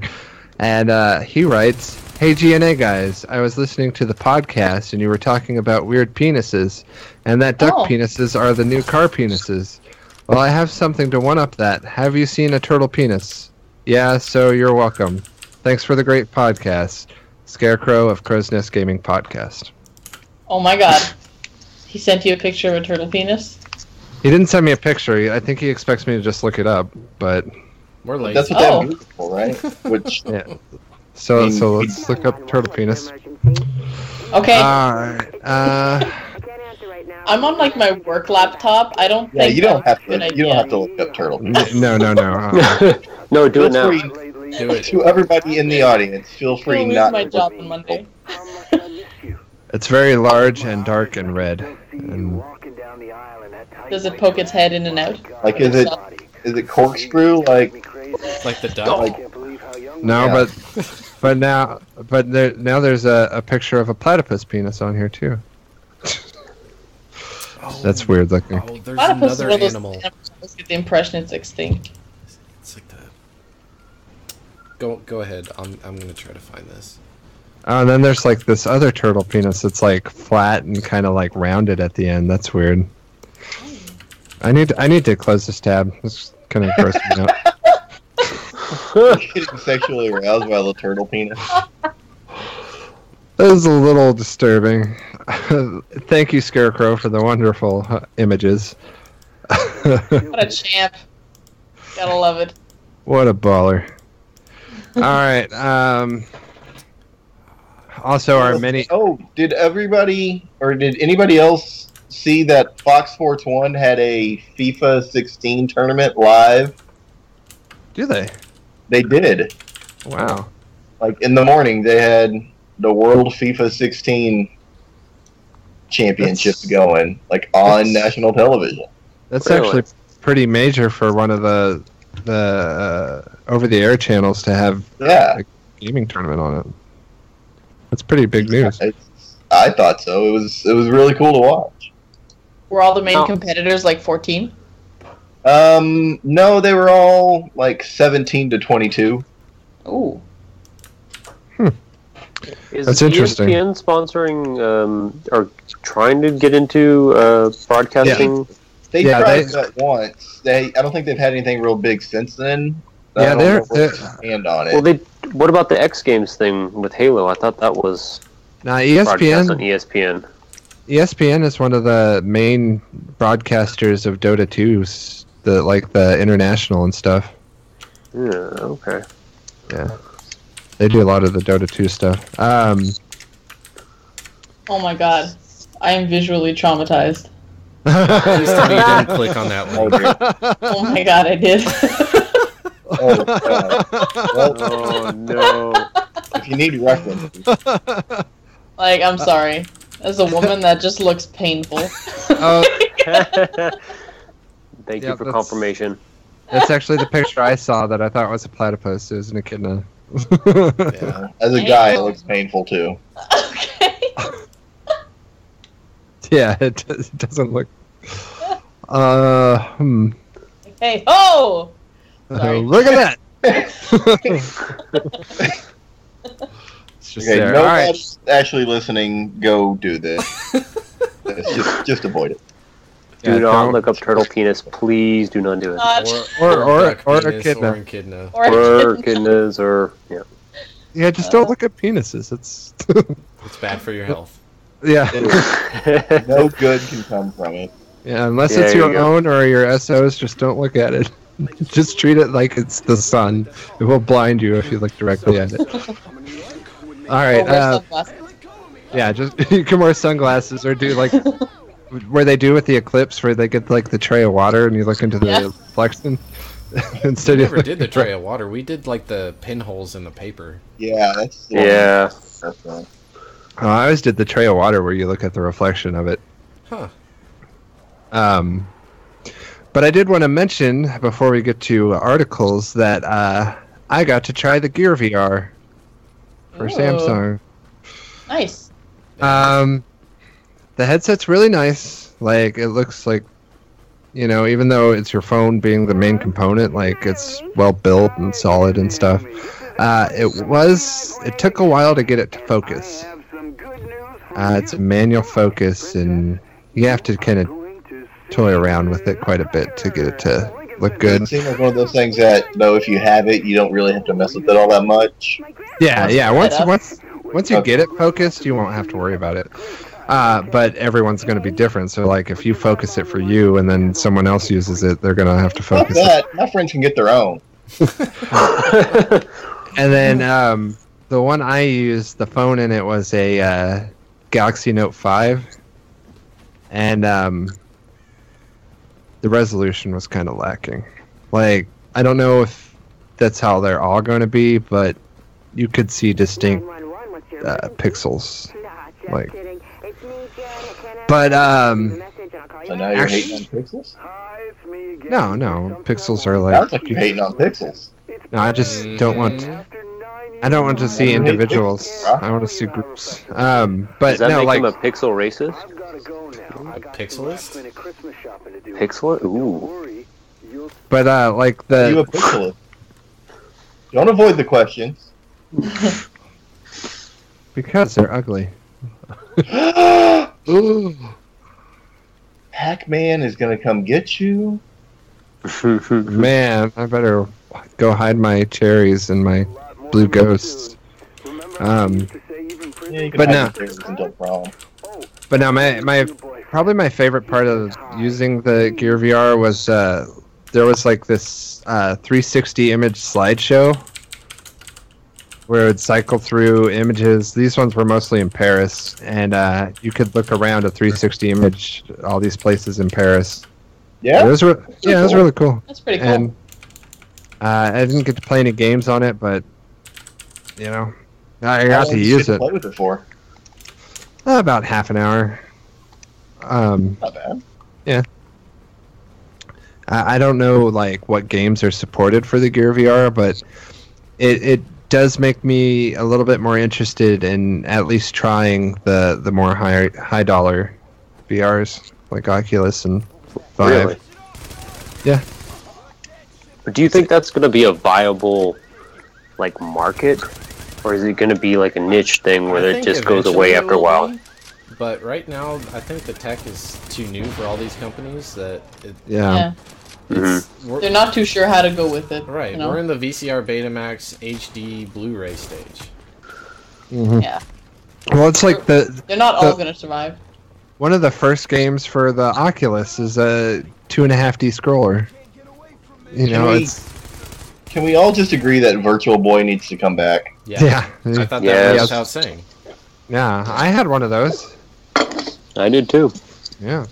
and uh, he writes. Hey GNA guys, I was listening to the podcast and you were talking about weird penises, and that duck Oh. penises are the new car penises. Well, I have something to one up that. Have you seen a turtle penis? Yeah, so you're welcome. Thanks for the great podcast. Scarecrow of Crow's Nest Gaming Podcast. Oh my god. He sent you a picture of a turtle penis? He didn't send me a picture. He- I think he expects me to just look it up, but We're lazy. that's what Oh. that means, right? Which yeah. So Mm. so let's look up turtle penis. Okay. Alright. Uh I'm on like my work laptop. I don't yeah, think you don't that's have a to. good You don't idea. have to look up turtle. n- no no no. Uh, no, do Feel it now. free Do it. to everybody in the audience. Feel I'm free gonna not. lose my to- job on Monday. it's very large and dark and red. And Does it poke its head in and out? Like, is it is it corkscrew? Like, Like the duck. like no, Yeah. but but now but there now there's a, a picture of a platypus penis on here too. Oh, That's weird looking. Oh, there's Platypus is another one of those animal. animals I always get the impression it's extinct. It's like the. Go go ahead. I'm I'm gonna try to find this. Oh, and then there's like this other turtle penis that's like flat and kind of like rounded at the end. That's weird. I need I need to close this tab. It's kind of gross me out. getting sexually aroused by a little turtle penis. That is a little disturbing. Thank you, Scarecrow, for the wonderful uh, images. What a champ. Gotta love it. What a baller! All right. Um, also, our mini. Oh, did everybody or did anybody else see that Fox Sports One had a FIFA 16 tournament live? Do they? They did. Wow. Like in the morning, they had the World FIFA 16 championships That's- going, like on that's- national television. That's Really? actually pretty major for one of the the uh, over-the-air channels to have Yeah, gaming tournament on it. That's pretty big news. It's- I thought so. It was it was really cool to watch. Were all the main No. competitors like 14? Um, no, they were all like 17 to 22. Ooh. Is E That's interesting. ESPN sponsoring um, or trying to get into uh, broadcasting? They Yeah, tried they- that once. They I don't think they've had anything real big since then. I Yeah, don't they're- know where they're- they stand on it. Well, they. What about the X Games thing with Halo? I thought that was Now E broadcast on E ESPN ESPN. E ESPN is one of the main broadcasters of Dota 2's the like the international and stuff. Yeah, okay. They do a lot of the Dota 2 stuff. Um Oh my god. I am visually traumatized. Please tell me you didn't click on that Oh, link. dear. Oh my god, I did. Oh, God. well, Oh no! if you need references, like, I'm sorry. As a woman, that just looks painful. Uh, Oh, Thank Yeah, you for that's- confirmation. that's actually the picture I saw that I thought was a platypus. It was an echidna. Yeah. As a guy, it looks painful too. okay. yeah, it, does, it doesn't look. Uh, hmm. Hey, ho! Sorry. look at that. it's just Okay, there. All right. nobody's actually listening. Go do this. It's just, just avoid it. Do Yeah, not don't- look up turtle penis. Please do not do it. Not Or- or- duck or penis echidna. Or echidna. Or kidneys or yeah. Yeah, just don't look at penises. It's It's bad for your health. yeah, No good can come from it. yeah. Unless it's There you your go. own or your SOs, just don't look at it. just treat it like it's the sun. It will blind you if you look directly at it. All right. Uh, yeah, just you can wear sunglasses or do like where they do with the eclipse, where they get like the tray of water and you look into the Yeah. reflection. Instead, We you never look did the tray of water. We did like the pinholes in the paper. Yeah, that's the one. Yeah. That's one. Oh, I always did the tray of water where you look at the reflection of it. Huh. Um, but I did want to mention before we get to articles that uh, I got to try the Gear VR Oh. for Samsung. Nice. Um, the headset's really nice. Like it looks like, you know, even though it's your phone being the main component, like it's well built and solid and stuff. Uh, it was. It took a while to get it to focus. Uh, it's manual focus, and you have to kind of toy around with it quite a bit to get it to look good. It seems like one of those things that, though, if you have it, you don't really have to mess with it all that much. Yeah, yeah. Once up. once once you get it focused, you won't have to worry about it. Uh, but everyone's going to be different. So like, if you focus it for you, and then someone else uses it, they're going to have to Fuck focus it. that. My friends can get their own. And then um, the one I used, the phone in it was a uh, Galaxy Note Five, and um, the resolution was kind of lacking. Like, I don't know if that's how they're all going to be, but you could see distinct uh, pixels. like- But um, So now you're Actually- hating on pixels? no, no, pixels are like Sounds like you're hating on pixels. No, I just Mm-hmm. don't want. I don't want to see individuals. I want to see groups. Uh, Um, Does but that no, make him a like pixel racist? pixelist? Pixel? Ooh. but uh, like Are you a the pixelist? Don't avoid the questions. because they're ugly. Pac Ooh. Man is gonna come get you. Man, I better go hide my cherries and my blue ghosts. Um, Yeah, you can But hide no. your faces and don't problem. but now my my probably my favorite part of using the Gear VR was uh, there was like this uh, 360 image slideshow where it would cycle through images. These ones were mostly in Paris, and uh, you could look around a 360 image, all these places in Paris. Yeah, those were yeah, it was really cool. That's pretty cool. And uh, I didn't get to play any games on it, but you know, I How got long to did you use get it Play with it for about half an hour. Um, not bad. I I don't know like what games are supported for the Gear VR, but it it does make me a little bit more interested in at least trying the the more high high dollar VRs like Oculus and Vive. Really? Yeah. Do you think that's going to be a viable, like, market? Or is it going to be like a niche thing where I it think just goes away eventually after a it will while? be, But right now, I think the tech is too new for all these companies that it, Yeah. yeah. it's, Mm-hmm. we're, They're not too sure how to go with it. right. You know? We're in the VCR Betamax HD Blu-ray stage. Mhm. Yeah. Well, it's like the They're not all The- going to survive. One of the first games for the Oculus is a two and a half D scroller. You know, Can we- it's Can we all just agree that Virtual Boy needs to come back? Yeah. yeah, I yeah. thought that Yes. went without saying. I had one of those. I did too. Yeah.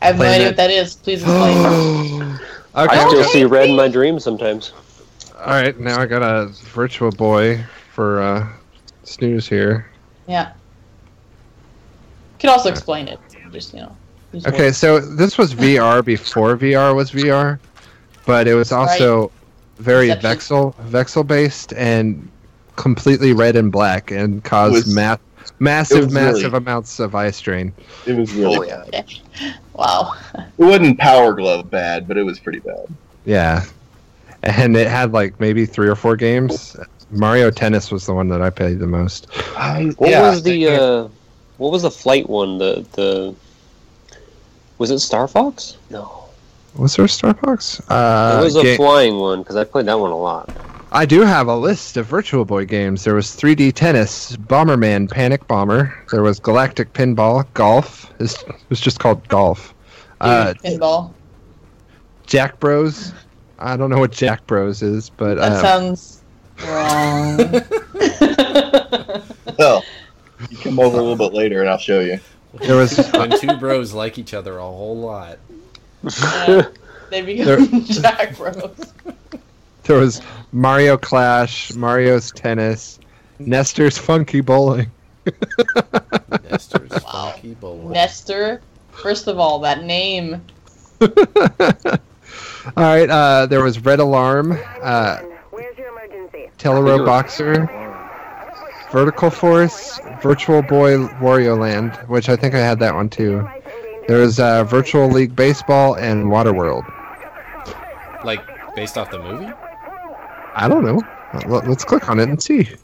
I have no Planet. idea what that is. Please explain. okay. I still All see red in my dreams sometimes. right, now I got a Virtual Boy for uh, snooze here. yeah. Could also explain it. Just you know. use Okay, words. so this was VR before VR was VR, but it was also very Perception. vexel vexel based and completely red and black and caused was- ma- massive was massive really- amounts of eye strain. It was really Oh, bad. Wow. It wasn't Power Glove bad, but it was pretty bad. Yeah, and it had like maybe three or four games. Mario Tennis was the one that I played the most. I, What yeah, was the uh, what was the flight one? The the was it Star Fox? No, Was there a Star Fox? it Uh, was a ga- flying one because I played that one a lot. I do have a list of Virtual Boy games. There was 3D Tennis, Bomberman, Panic Bomber. There was Galactic Pinball, Golf. It's- It was just called Golf. Uh, Pinball. Jack Bros. I don't know what Jack Bros is, but That uh, sounds wrong. well, you come over a little bit later and I'll show you. there was when two bros like each other a whole lot. Uh, they become Jack Bros. there was Mario Clash, Mario's Tennis, Nestor's Funky Bowling. Nestor's funky bowling. Nestor. First of all, that name. All right, uh, there was Red Alarm, uh, 911, Where's your emergency? Teleroboxer. Boxer. Vertical Force, Virtual Boy Wario Land, which I think I had that one too. Life in danger. There's uh, Virtual League Baseball and Waterworld. Like based off the movie? I don't know. Let- Let's click on it and see. Agent,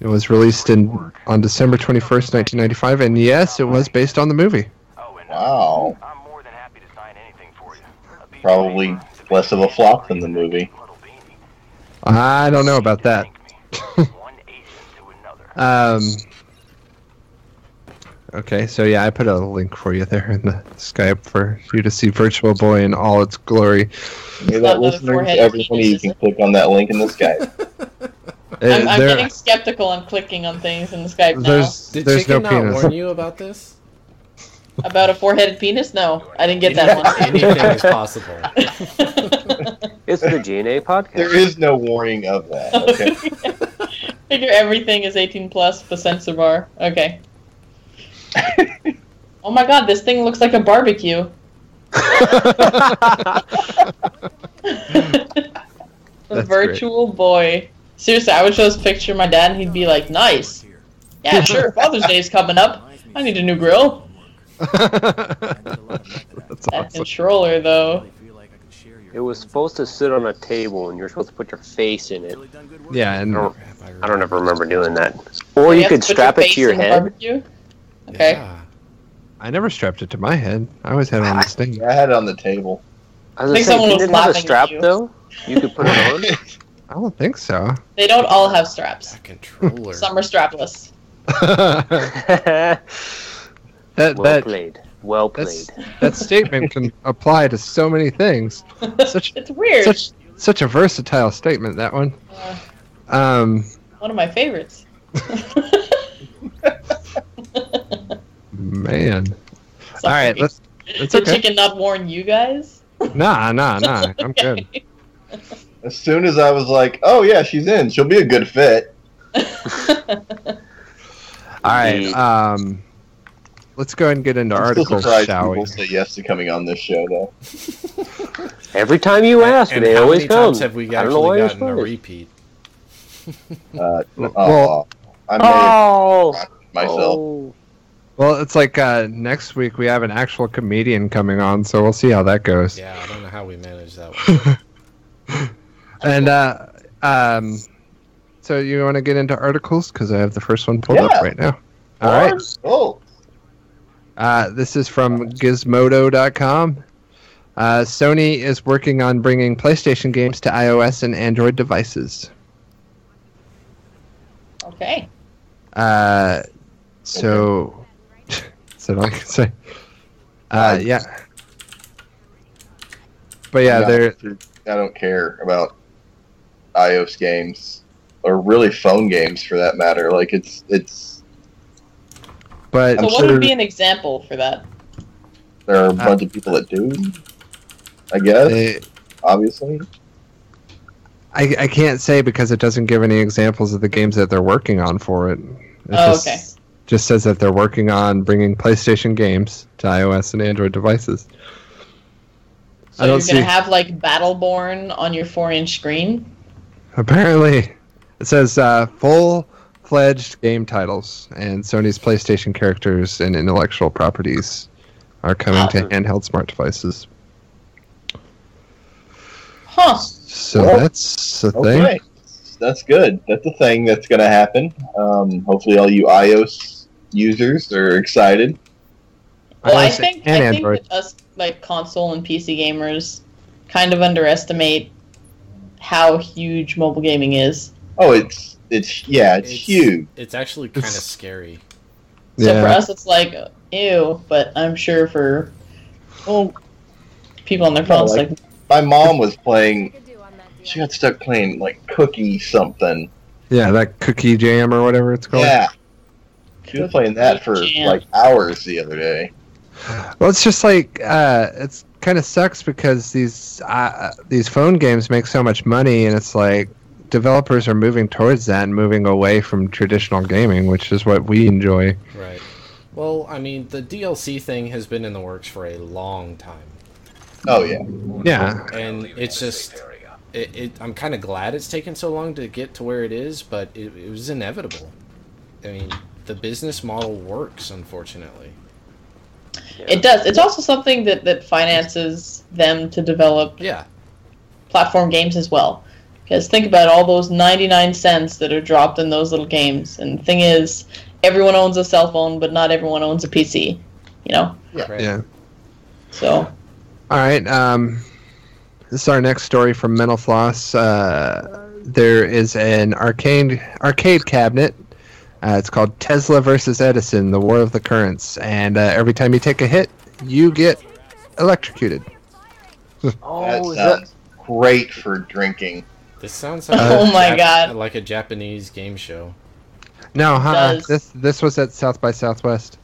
It was released in on December 21st, 1995, and yes, it was based on the movie. oh, and uh, Wow. I'm more than happy to sign anything for you. A piece of Probably paper, it's less of a flop than the movie. a little beanie. I don't know about that. Thank me. One agent to another. Um, okay, so yeah, I put a link for you there in the Skype for you to see Virtual Boy in all its glory. Hear not that, the listeners? forehead Every penis, one of you is can it? click on that link in the Skype. Uh, I'm, I'm there- getting skeptical on clicking on things in Skype now. there's Did there's no Chicken not penis. warn you about this? About a four-headed penis? No, I didn't get that one. Anything is possible. It's the GNA there podcast. is no warning of that. Okay. Figure everything is 18 plus, but censor bar. Okay. oh my god, this thing looks like a barbecue. That's Virtual boy. Seriously, I would show this picture to my dad, and he'd be like, "Nice, yeah, sure. Father's Day's coming up. I need a new grill." That's That awesome. controller, though. It was supposed to sit on a table, and you're supposed to put your face in it. Yeah, and I don't, I don't ever remember doing that. Or you have could put strap your it face to your in the head. Barbecue. Okay. Yeah. I never strapped it to my head. I always had it on the sting. I had it on the table. I was I think gonna say, if someone you was didn't have a laughing at strap you. though. You could put it on. I don't think so. They don't all have straps. That controller. Some are strapless. that well that played. Well that's, played. that statement can apply to so many things. Such It's weird. such such a versatile statement that one. Uh, Um, one of my favorites. man. All right, let's. It's Did okay. chicken not warn you guys? Nah, nah, nah. I'm good. As soon as I was like, oh, yeah, she's in. She'll be a good fit. All right. Um, let's go and get into I'm articles, still surprised shall we? people say yes to coming on this show, though. Every time you ask, and they how always many come. times have we I don't know why actually you're gotten a surprised. repeat? Uh, Well- aw, I may have Oh, myself. oh. Well, it's like uh, next week we have an actual comedian coming on, so we'll see how that goes. Yeah, I don't know how we managed that one. And uh, um, so you want to get into articles because I have the first one pulled Yeah. up right now. All right. Oh, Uh, this is from Gizmodo.com. Uh, Sony is working on bringing PlayStation games to iOS and Android devices. Okay. Uh, so, so all I can say. Uh, yeah. But yeah, they're I don't care about iOS games or really phone games for that matter. Like it's it's but So what sure- would be an example for that? there are a bunch of people that do. I guess they, obviously. Uh, I, I can't say because it doesn't give any examples of the games that they're working on for it. It's Oh, just- okay. just says that they're working on bringing PlayStation games to iOS and Android devices. So I don't you're gonna see- have like Battleborn on your four-inch screen. Apparently, it says uh, full-fledged game titles and Sony's PlayStation characters and intellectual properties are coming to handheld smart devices. Huh. So Well, that's a thing. Okay, that's good. That's a thing that's going to happen. Um, hopefully, all you iOS users are excited. Well, I iOS think and I think Android. that us like console and PC gamers kind of underestimate how huge mobile gaming is. Oh, it's it's yeah, it's, It's- huge. It's actually kind of It's- scary. So for Yeah. us, it's like ew, but I'm sure for Well, people on their phones, like- like, my mom was playing. She got stuck playing like Cookie something. Yeah, that cookie jam or whatever it's called. Yeah, she was playing that for Jam. like hours the other day. Well, it's just like uh, it's kind of sucks because these uh, these phone games make so much money, and it's like developers are moving towards that and moving away from traditional gaming, which is what we enjoy. Right. Well, I mean, the DLC thing has been in the works for a long time. Oh yeah, Yeah, and it's just uh, it, it i'm kind of glad it's taken so long to get to where it is but it, it was inevitable i mean the business model works unfortunately it does. It's also something that that finances them to develop yeah platform games as well. Because think about all those 99 cents that are dropped in those little games. And the thing is, everyone owns a cell phone, but not everyone owns a PC. You know, right. yeah. so All right. Um, this is our next story from Mental Floss. Uh, there is an arcade arcade cabinet. Uh, it's called Tesla versus Edison: The War of the Currents, and uh, every time you take a hit, you get electrocuted. that Oh, is that sounds great for drinking. this sounds like Oh my God. like a japanese game show No, huh? does- This this was at South by Southwest.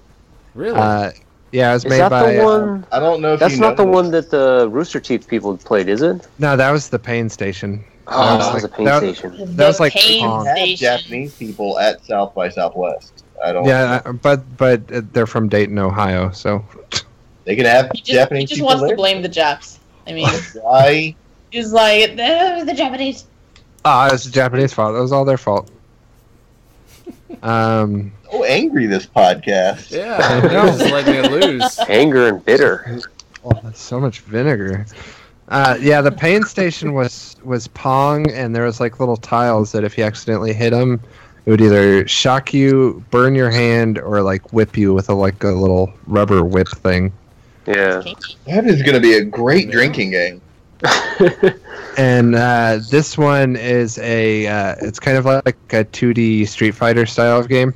really Uh, yeah, it was Oh. is made that by. the uh, one? I don't know if That's you not the know one that the Rooster Teeth people played, is it? no, that was the Pain Station. Oh, was that was like- a pain Uh, that- station. the was like pain Pong. have station. Japanese people at South by Southwest. I don't. Yeah, uh, but but uh, they're from Dayton, Ohio, so They can have He just, Japanese he just people wants there. to blame the Japs. I mean, Why? he's like, "Oh, the Japanese. ah, it was the Japanese fault. It was all their fault. Um. So angry this podcast. yeah they just let me lose Anger and bitter. Oh, that's so much vinegar. Uh, yeah, the pain station was was pong, and there was like little tiles that if you accidentally hit them, it would either shock you, burn your hand, or like whip you with a like a little rubber whip thing. Yeah. That is going to be a great drinking game. And uh, this one is a uh, it's kind of like a 2D Street Fighter style of game,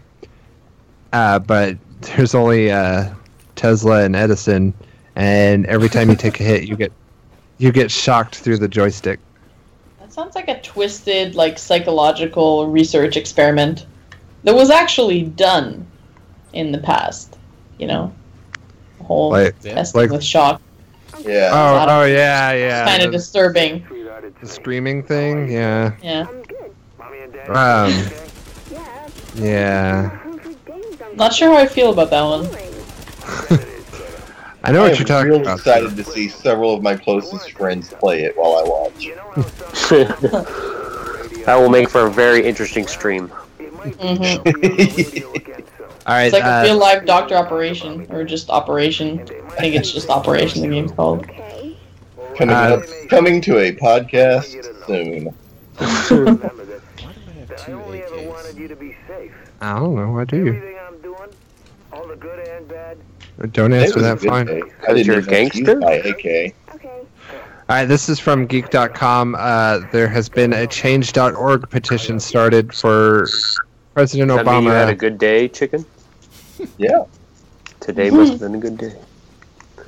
uh, but there's only uh, Tesla and Edison, and every time you take a hit, you get you get shocked through the joystick. That sounds like a twisted, like psychological research experiment that was actually done in the past. You know, the whole Like yeah. testing like- with shock. Yeah. Oh, lot of- oh yeah, yeah. kind of the, disturbing. the screaming thing, yeah, Yeah. I'm good. Um, Yeah. yeah. I'm Not sure how I feel about that one. I know I what am you're talking real about. excited to see several of my closest friends play it while I watch. that will make for a very interesting stream. Mhm. All right, It's like a uh, real live doctor operation, or just operation. I think it's just operation. The game's called. Okay. Coming Uh, up, coming to a podcast soon. why do i have I two only ever wanted ak's you to be safe. I don't know. What do you? Everything I'm doing, all the good and bad, Don't It answer was a that. good Fine. day. I Cause didn't you're a even know she gangster? was by AK. Okay. All right, this is from geek.com. Uh, there has been a change.org petition started for President Does that mean you had a Obama. good day, chicken? Yeah. Today must have been a good day.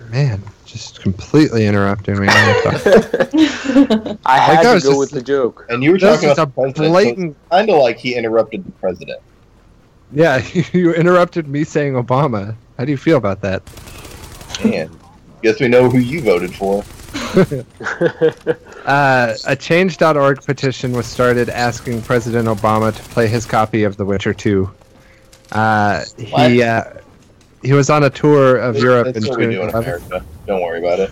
Man, just completely interrupting me. I had that to was go just- with the joke. And you were this talking is a about the president. blatant. kind of like he interrupted the president. Yeah, you interrupted me saying Obama. How do you feel about that? And guess we know who you voted for. Uh, a change.org petition was started asking President Obama to play his copy of The Witcher 2. Uh, he uh, he was on a tour of Europe in That's what we do in 2011. America. Don't worry about it.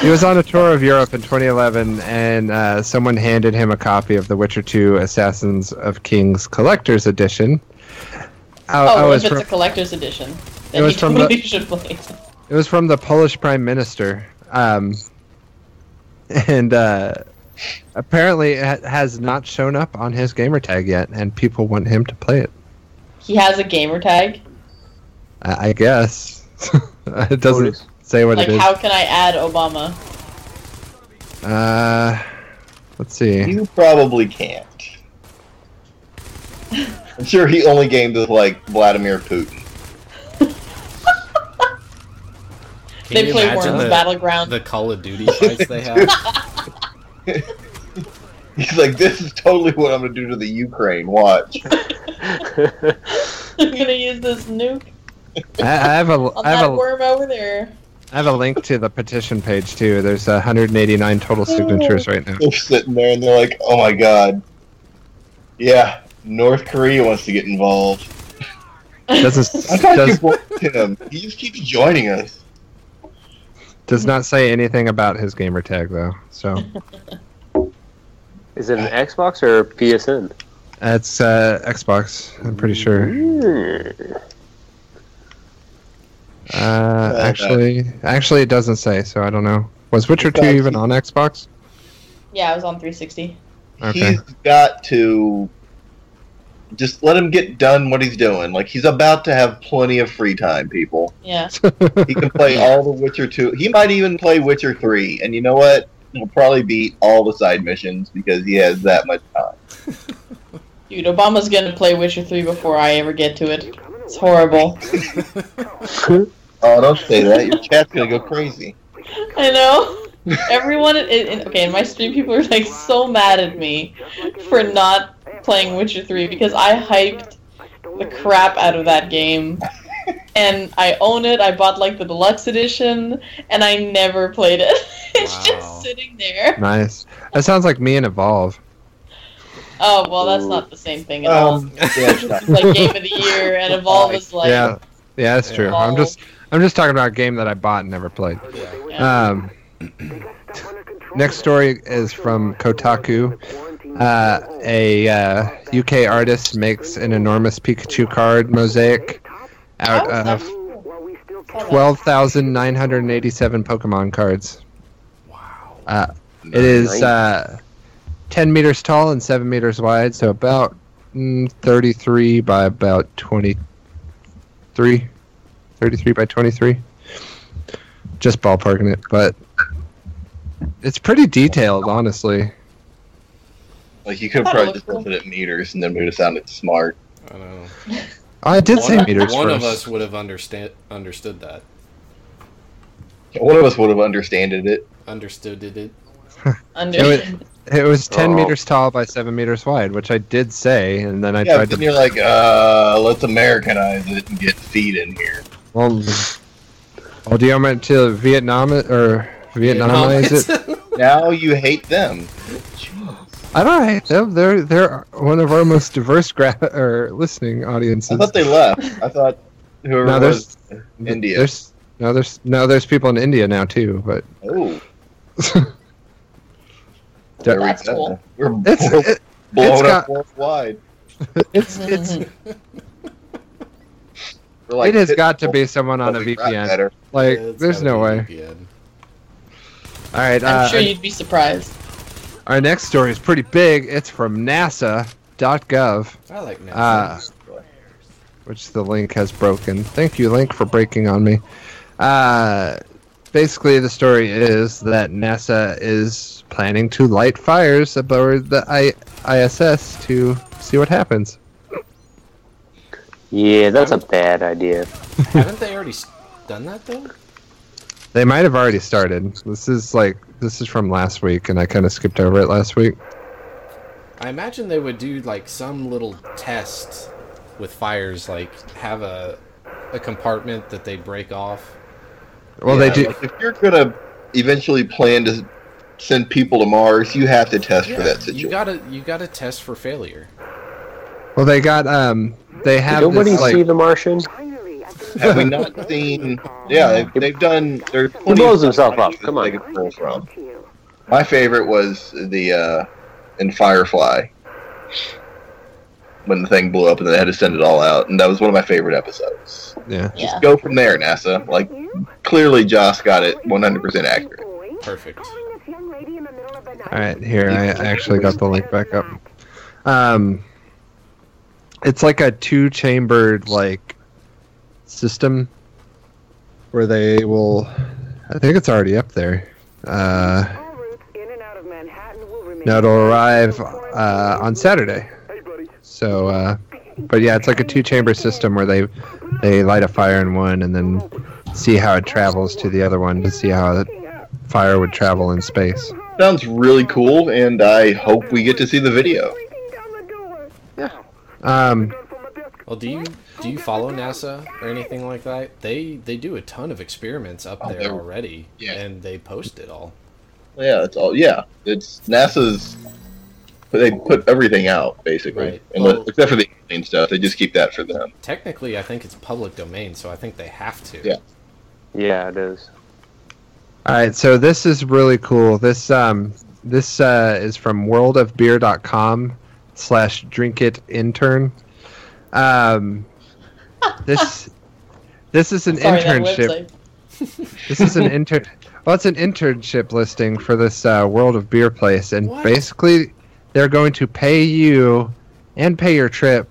He was on a tour of Europe in 2011, and uh, someone handed him a copy of The Witcher 2 Assassins of Kings Collector's Edition. I, I Oh, was if it's from- a collector's edition, It then was you from the- totally should play. it. It was from the Polish Prime Minister, um, and uh, apparently it ha- has not shown up on his gamer tag yet, and people want him to play it. He has a gamer tag. I, I guess it doesn't Notice. say what Like, it is. how can I add Obama? Uh, let's see. You probably can't. I'm sure he only gamed with like Vladimir Putin. Can They you play imagine Worms the- Battleground. The Call of Duty fights they have. He's like, this is totally what I'm gonna do to the Ukraine. Watch. I'm gonna use this nuke I, I have a on I have that a worm over there. I have a link to the petition page too. There's 189 total signatures right now. They're sitting there and they're like, oh my god. Yeah, North Korea wants to get involved. Doesn't I thought you does, blocked him. He just keeps joining us. does not say anything about his gamer tag though. So Is it an Xbox or a PSN? it's uh, Xbox. I'm pretty sure. Hmm. Uh, actually, actually, it doesn't say, so I don't know. Was Witcher It's 2 actually- even on Xbox? Yeah, I was on 360. Okay. He's got to just let him get done what he's doing. Like he's about to have plenty of free time, people. Yeah. He can play all the Witcher 2. He might even play Witcher 3. And you know what? He'll probably beat all the side missions because he has that much time. Dude, Obama's gonna play Witcher 3 before I ever get to it. It's horrible. Oh, don't say that. Your chat's going to go crazy. I know. Everyone, in, in, okay, in my stream, people are like so mad at me for not playing Witcher 3 because I hyped the crap out of that game. And I own it. I bought like the deluxe edition, and I never played it. It's Wow. just sitting there. nice. That sounds like me and Evolve. Oh well, that's not the same thing at all. Um, yeah, it's not. It's like game of the year, and Evolve is like yeah, yeah, that's true. I'm Evolve. just, I'm just talking about a game that I bought and never played. Um, Uh, next story is from Kotaku. Uh, a uh, UK artist makes an enormous Pikachu card mosaic out Oh, of twelve thousand nine hundred eighty-seven Pokemon cards. Wow. Uh, it is uh, ten meters tall and seven meters wide, so about mm, thirty-three by about twenty-three. 33 by 23 just ballparking it but it's pretty detailed honestly Like you could have probably just put it at meters and then we would have sounded smart. I don't know. i did say One, meters one first. of us would have understand understood that. One of us would have understanded it. Understood it. it. under. it was, it was 10 Oh. meters tall by 7 meters wide which i did say and then i yeah, tried but then to you're like, uh, let's Americanize it and get feet in here. well, well Oh, do you want me to vietnam it or vietnamize it Now you hate them. i don't hate them they're they're one of our most diverse gra- or listening I audiences thought they left. I thought whoever No, was there's- India. there's no there's no there's people in india now too but Oh, there it's That's we go. cool. We're blown, it, blown it's up got- worldwide. it's it's We're like it has Pitbull, got to be someone on a only rap VPN. better. Like, It's there's gotta no be way. VPN. All right, I'm uh, sure you'd be surprised. our next story is pretty big. It's from NASA.gov, I like Netflix. uh, which the link has broken. Thank you, link, for breaking on me. Uh, basically, the story is that NASA is planning to light fires aboard the I- ISS to see what happens. Yeah, that's a bad idea. Haven't they already s- done that though? They might have already started. This is like this is from last week, and I kind of skipped over it last week. I imagine they would do like some little test with fires, like have a a compartment that they break off. Well, Yeah, they do. like, if you're gonna eventually plan to send people to Mars, you have to test for that you situation. gotta you gotta test for failure. Well, they got um, they have Nobody this see like The Martian? Finally, I've been Have we not seen? Yeah, they've, they've done. There's He plenty blows of- himself up. Come they on. could pull from. to you. My favorite was the uh, in Firefly when the thing blew up and they had to send it all out, and that was one of my favorite episodes. yeah. Yeah. Go from there, NASA. Like You? clearly, Joss got it 100% accurate. Boy, Perfect. calling this young lady in the middle of the night. All right, here I actually got the link back up. Um, it's like a two-chambered like system where they will. I think it's already up there. Uh, All routes in and out of Manhattan will remain. now it'll arrive uh, on Saturday. Hey, buddy. So, uh, but yeah, it's like a two-chamber system where they they light a fire in one and then see how it travels to the other one to see how the fire would travel in space. Sounds really cool, and I hope we get to see the video. Breaking down the door. Um, Gun from my desk. Well, do you do you follow NASA or anything like that? They they do a ton of experiments up Oh, there they're- already, yeah. and they post it all. Yeah, it's all. Yeah, it's NASA's. They put everything out basically, Right. Unless- Well- except for the alien stuff. They just keep that for them. Technically, I think it's public domain, so I think they have to. Yeah. Yeah, it is. All right, so this is really cool. This um this uh, is from worldofbeer.com slash drink it intern. Um, this this is an Sorry, that internship. website. This is an intern. Well, it's an internship listing for this uh, World of Beer place, and What? basically, they're going to pay you and pay your trip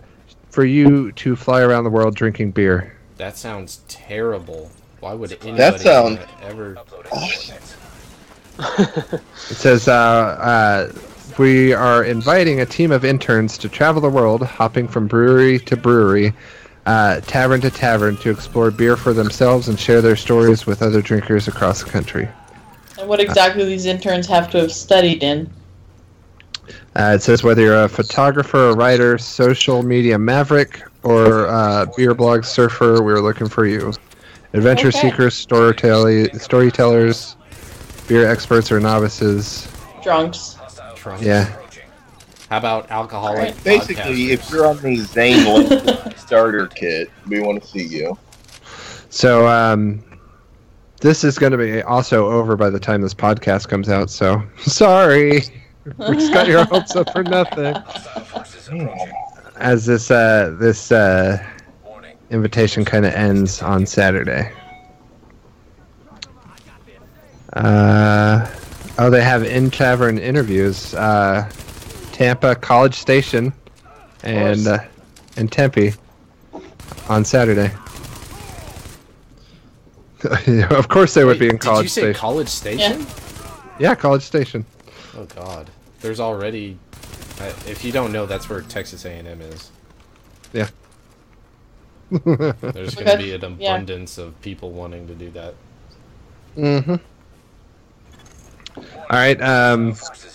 for you to fly around the world drinking beer. That sounds terrible. Why would anybody sound- wanna ever? It says, uh, uh, We are inviting a team of interns to travel the world, hopping from brewery to brewery, uh, tavern to tavern, to explore beer for themselves and share their stories with other drinkers across the country. And what exactly these interns have to have studied in? Uh, it says, Whether you're a photographer, a writer, social media maverick, or uh, beer blog surfer, we're looking for you. Adventure Okay. seekers, storytell- storytellers, beer experts, or novices. Drunks. Trump? Yeah. How about alcoholic? Basically, if podcasters? you're on the Zane Lane starter kit, we want to see you. So um, this is going to be also over by the time this podcast comes out. So sorry, we just got your hopes up for nothing. As this uh, this uh, invitation kind of ends on Saturday. Uh, oh, they have in tavern interviews. Uh, Tampa College Station and uh, and Tempe on Saturday. Yeah, of course they would be Wait, in College Did you say Station. College Station? yeah, College Station. Oh God, there's already. Uh, if you don't know, that's where Texas A&M is. Yeah. There's Look going to at- be an yeah. abundance of people wanting to do that. Mm-hmm. All right. Um, this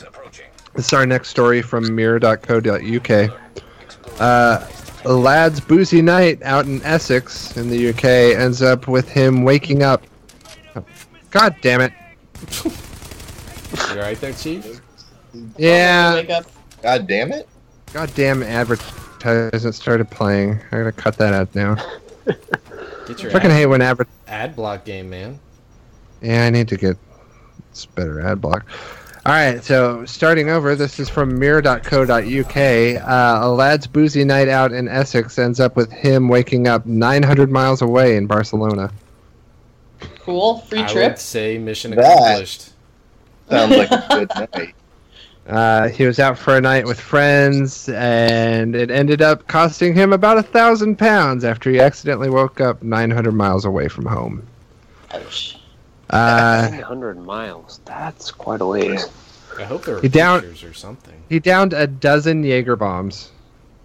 is our next story from mirror.co.uk. Uh, a lad's boozy night out in Essex in the UK ends up with him waking up. God damn it. You alright there, Chief? Yeah. Wake up. God damn it! God damn advertisement started playing. I'm going to cut that out now. Get your fucking ad, hate when adver- ad block game, man. Yeah, I need to get it's better ad block. All right, so starting over, this is from mirror.co.uk. Uh, a lad's boozy night out in Essex ends up with him waking up 900 miles away in Barcelona. Cool. Free I trip. would say mission That- accomplished. Sounds like a good night. Uh, he was out for a night with friends, and it ended up costing him about a thousand pounds after he accidentally woke up 900 miles away from home. Ouch. Uh, 900 miles. That's quite a ways. I hope there are You down- pictures or something. he downed a dozen Jaeger bombs.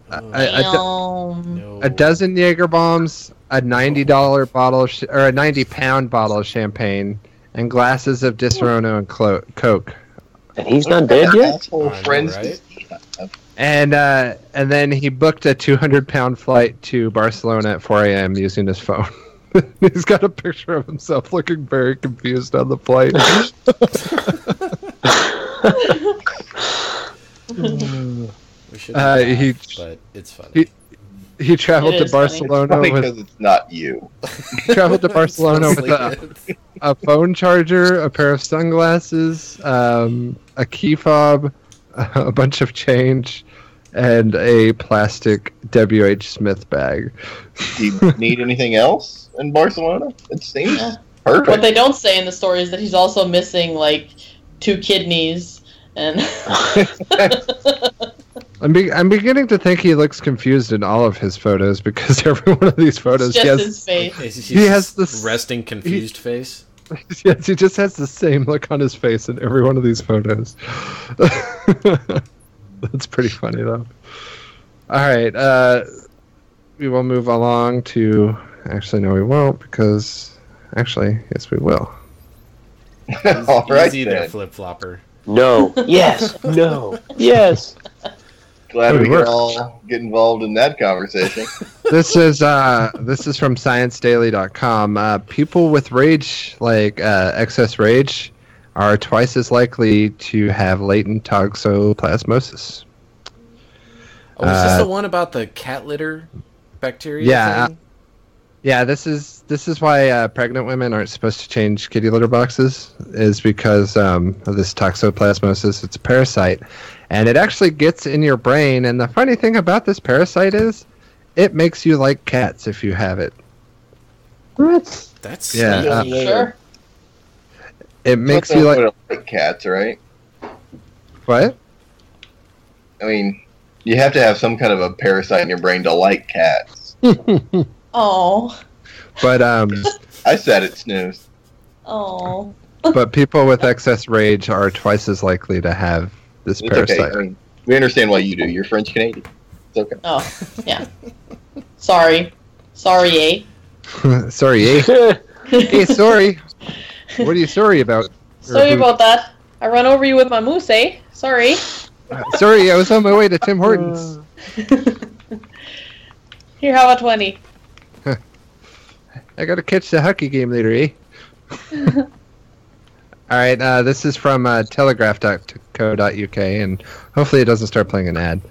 Oh, I- I- do- Damn. no. a dozen Jaeger bombs, a ninety dollar bottle of sh- or a ninety pound bottle of champagne, and glasses of Disaronno and clo- Coke. And he's not dead yet? Asshole I know, friends. right? And uh, and then he booked a two hundred pound flight to Barcelona at four a.m. using his phone. He's got a picture of himself looking very confused on the flight. We should. Uh, he- but it's funny. he- He traveled It to is funny. Oh, Barcelona Probably with because it's not you. traveled to Barcelona with uh, a, Honestly, a phone charger, a pair of sunglasses, um, a key fob, a bunch of change, and a plastic WH Smith bag. Do you need anything else in Barcelona? It seems What perfect. they don't say in the story is that he's also missing like two kidneys and I'm be- I'm beginning to think he looks confused in all of his photos because every one of these photos, it's just yes, his face. He's He has just this- resting confused face. yes, he just has the same look on his face in every one of these photos. That's pretty funny, though. All right, uh, we will move along to. Actually, no, we won't because. Actually, yes, we will. All right Easy there, then. flip flopper. No. Yes. No. Yes. Glad That we could works. all get involved in that conversation. this is uh this is from sciencedaily.com uh people with rage like uh excess rage are twice as likely to have latent toxoplasmosis Oh, is Uh, this the one about the cat litter bacteria? Yeah, thing? yeah this is this is why uh, pregnant women aren't supposed to change kitty litter boxes is because um, of this toxoplasmosis it's a parasite and it actually gets in your brain and the funny thing about this parasite is it makes you like cats if you have it What? That's yeah uh, Sure. it makes you like like cats, right? what I mean, you have to have some kind of a parasite in your brain to like cats. Oh. but um I said it, snooze. Oh. but people with excess rage are twice as likely to have this It's parasite. okay. I mean, we understand why you do. You're French Canadian. It's okay. Oh. Yeah. Sorry. Sorry, eh? sorry, eh? hey, sorry. What are you sorry about? Sorry about that. I run over you with my moose, eh? Sorry. Sorry, I was on my way to Tim Hortons. Here, have a 20. I gotta catch the hockey game later, eh? All right, uh, this is from uh, telegraph.co.uk, and hopefully it doesn't start playing an ad.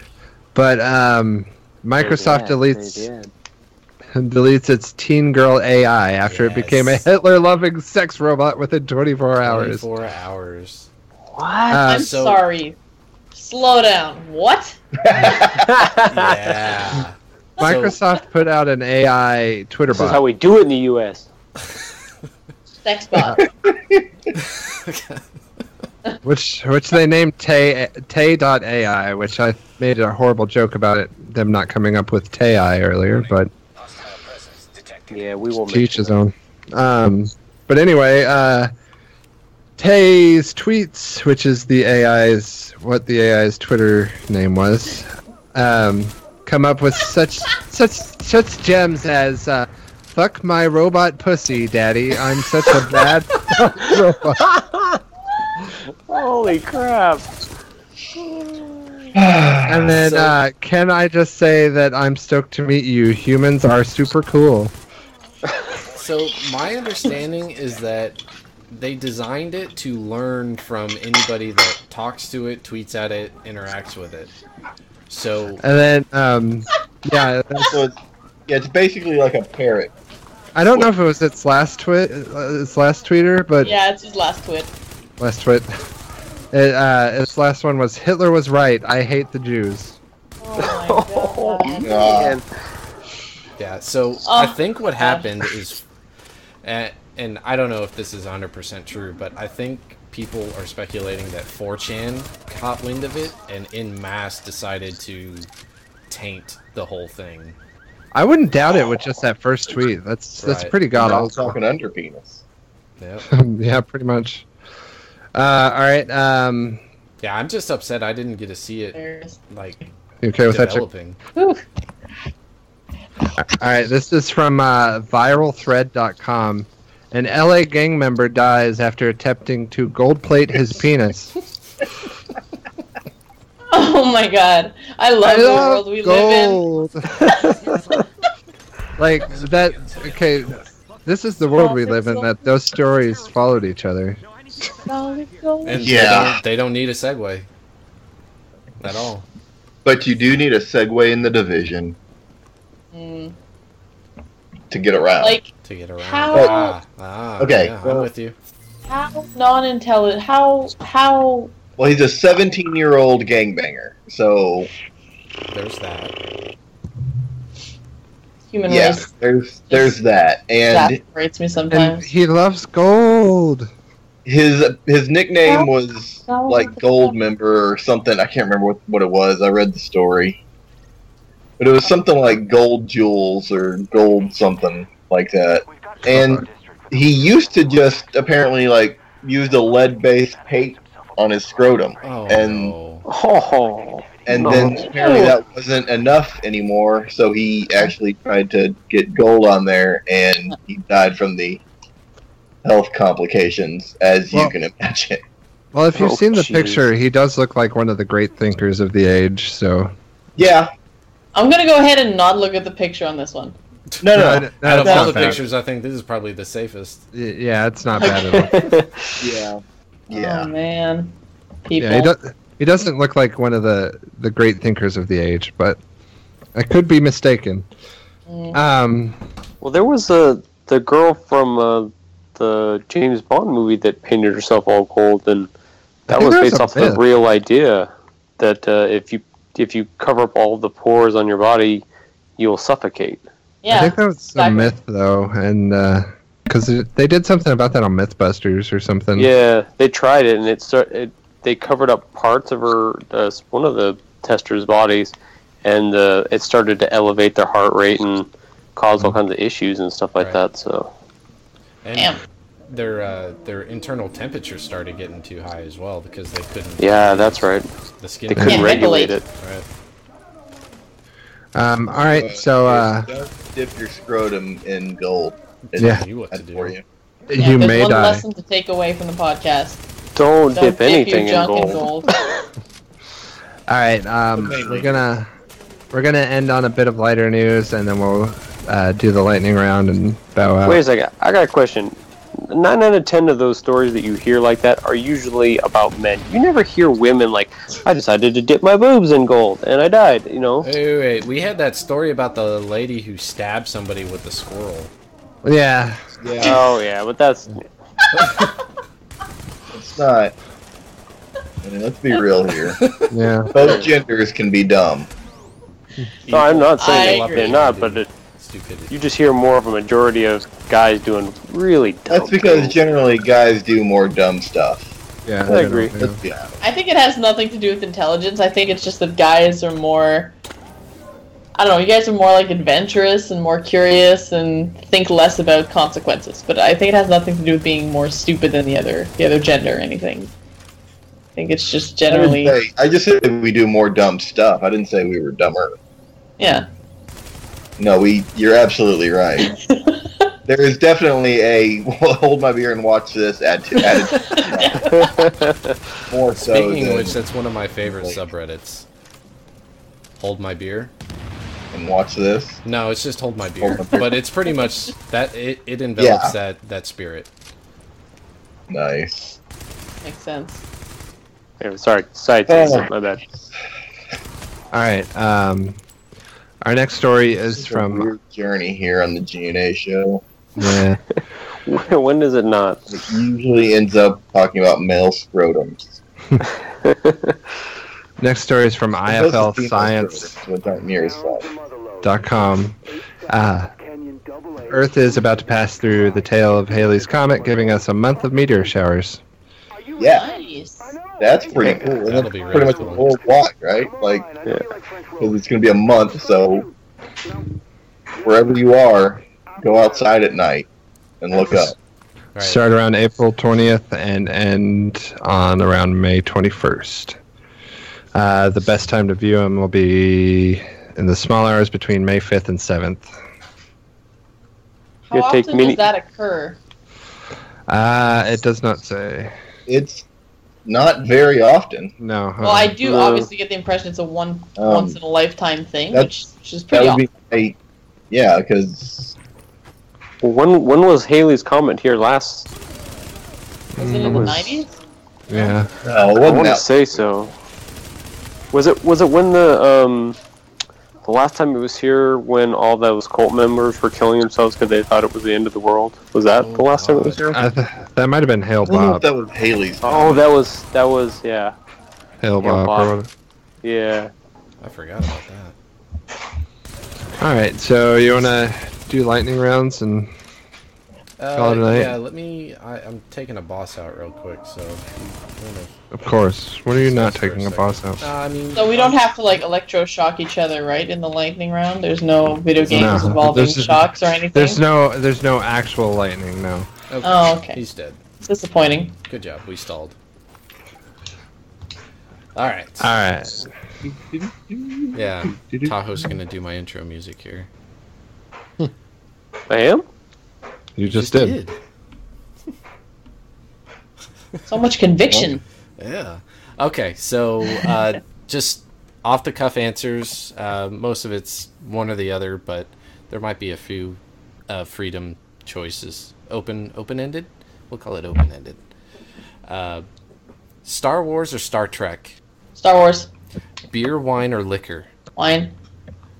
But um, Microsoft deletes deletes its teen girl AI after it became a Yes. Hitler-loving sex robot within 24 hours. Four hours. What? Uh, I'm so- sorry. Slow down. What? Yeah. Microsoft put out an AI Twitter This is how bot. we do it in the U.S. Sex bot. which which they named Tay Tay.ai, which I made a horrible joke about it them not coming up with Tay earlier, but Yeah, we will to make each his own. Um, but anyway, uh, Tay's tweets, which is the AI's what the AI's Twitter name was, um, come up with such such such gems as uh, "fuck my robot pussy, daddy." I'm such a bad robot. Holy crap! And then, So- uh, can I just say that I'm stoked to meet you? Humans are super cool. So my understanding is that they designed it to learn from anybody that talks to it, tweets at it, interacts with it. So And then, um, yeah, So it's, yeah, it's basically like a parrot. I don't know if it was its last tweet, uh, its last tweeter, but yeah, it's his last tweet. last tweet. It, uh, its last one was Hitler was right. I hate the Jews. Oh my god. Uh, Man, yeah, so I Oh, think what happened is, and, and I don't know if this is 100% true, but I think people are speculating that 4chan caught wind of it and in mass decided to taint the whole thing. I wouldn't doubt it with just that first tweet. That's that's Right. pretty god I'm awful. talking under penis. Yep. yeah, pretty much. Uh, all right. Um, Yeah, I'm just upset I didn't get to see it There it is. like you okay with that? Jack? developing. Whew. All right, this is from uh, viralthread.com. An LA gang member dies after attempting to gold plate his penis. Oh my god. I love the world we live in. like that. Okay, this is the world we live in. That those stories followed each other. Solid gold. And Yeah. they don't, they don't need a segue at all. But you do need a segue in the division Mm, to get around. like to get around. How- Ah, ah, Okay, yeah, I'm well- with you. how non-intelligent? How how? well, he's a 17 year old gangbanger, so There's that. Human yeah, race there's there's that, and exasperates me And sometimes. he loves gold. his his nickname Well, was that was like what the- Gold Member or something. I can't remember what, what it was. I read the story, but it was something like Gold Jewels or Gold something like that. And He used to just apparently like used a lead based paint on his scrotum, Oh, And- no. Oh, and No. then apparently that wasn't enough anymore. So he actually tried to get gold on there, and he died from the health complications, as Well- you can imagine. Well, if you've Oh, seen the jeez. picture, he does look like one of the great thinkers of the age. So Yeah, I'm gonna go ahead and not look at the picture on this one. no, no, No, Out of it's all not the bad. pictures, I think this is probably the safest. Y- Yeah, it's not bad at all. yeah, yeah. Oh man, people. Yeah, he, do- he doesn't look like one of the, the great thinkers of the age, but I could be mistaken. Mm. Um, well, there was a the girl from uh, the James Bond movie that painted herself all gold, and I that think was there was based a off the myth. real idea that uh, if you if you cover up all the pores on your body, you'll suffocate. yeah. I think that was a exactly. myth, though, and because they did something about that on MythBusters or something. Yeah, they tried it, and it start. It, they covered up parts of her uh, one of the testers' bodies, and uh, it started to elevate their heart rate and cause all kinds of issues and stuff like Right. that. So And Damn. their uh, their internal temperature started getting too high as well because they couldn't. yeah, that's right. The skin. They couldn't Yeah, regulate regulate. it. Right. Um, all right, so uh, Don't dip your scrotum in gold. It's Yeah. You what to bad do? for you. Yeah, you there's may one die. lesson to take away from the podcast. Don't, Don't dip anything your in junk gold. in gold. All right, um, Okay, we're wait. gonna we're gonna end on a bit of lighter news, and then we'll uh, do the lightning round and bow out. Wait a second, I got a question. Nine out of ten of those stories that you hear like that are usually about men. You never hear women like, "I decided to dip my boobs in gold and I died." You know? Wait, wait, wait. We had that story about the lady who stabbed somebody with a squirrel. Yeah, Yeah, Oh yeah, but that's it's not. I mean, let's be real here. yeah. Both genders can be dumb. no. I'm not saying I that agree. they're not, but it, Stupidity. you just hear more of a majority of guys doing really dumb. That's because things. generally guys do more dumb stuff. Yeah, I agree. don't Let's know. be honest. I think it has nothing to do with intelligence. I think it's just that guys are more. I don't know. You guys are more like adventurous and more curious and think less about consequences. But I think it has nothing to do with being more stupid than the other the other gender or anything. I think it's just I, didn't generally say- I just said we do more dumb stuff. I didn't say we were dumber. yeah. No, we. You're absolutely right. there is definitely a hold my beer and watch this at attitude more so Speaking than of which, that's one of my favorite subreddits. Hold my beer. and watch this. No, it's just hold my beer. Hold my beer. But it's pretty much that it, it envelops Yeah. that that spirit. Nice. Makes sense. Yeah, sorry, side Oh. tangent, my bad. All right. Um, our next story is It's a from weird journey here on the GNA show. yeah, when does it not? It usually ends up talking about male scrotums. next story is from Supposed to be male IFLScience.com. scrotums, Which aren't near as fun. Uh, Earth is about to pass through the tail of Halley's Comet, giving us a month of meteor showers. Yeah, Nice. that's pretty cool. And That'll that's be pretty really much cool. the whole block, right? Like, Yeah. because it's going to be a month, so wherever you are, go outside at night and look up. Right. Start around April 20th and end on around May 21st. Uh, the best time to view them will be in the small hours between May 5th and 7th. How You often take mini- does that occur? Uh, it does not say. It's not very often. No. uh-uh. Well, I do Uh, obviously get the impression it's a one Um, once in a lifetime thing, which, that's- which is pretty That awesome. would be, a, yeah, because Well, when when was Haley's comment here last? Was it in the Mm. was- nineties? yeah. no, it I uh, wasn't want to that say so. Was it was it when the um the last time it was here when all those cult members were killing themselves because they thought it was the end of the world? Was that the last time it was here? I th- that might have been Hail I don't know if Bob. that was Haley's. Oh, that was that was yeah Hail Hail Bob. Bob. Or whatever. yeah. I forgot about that. All right, so you want to do lightning rounds and Call it a Uh, night. yeah, let me. I, I'm taking a boss out real quick, so. I don't know. Of course. What are you not Just for a taking a second. boss out? Uh, I mean, So we don't have to like electroshock each other, right? In the lightning round, there's no video games No. involving There's- shocks or anything. There's no there's no actual lightning, no. Okay. Oh, okay. He's dead. Disappointing. Good job. We stalled. All right. Alright. yeah. Tahoe's gonna do my intro music here. I am. You just did. So much conviction. Yeah. Okay. So uh, just off the cuff answers. Uh, most of it's one or the other, but there might be a few uh, freedom choices. Open open ended. We'll call it open ended. Uh, Star Wars or Star Trek? Star Wars, Beer, wine, or liquor? wine,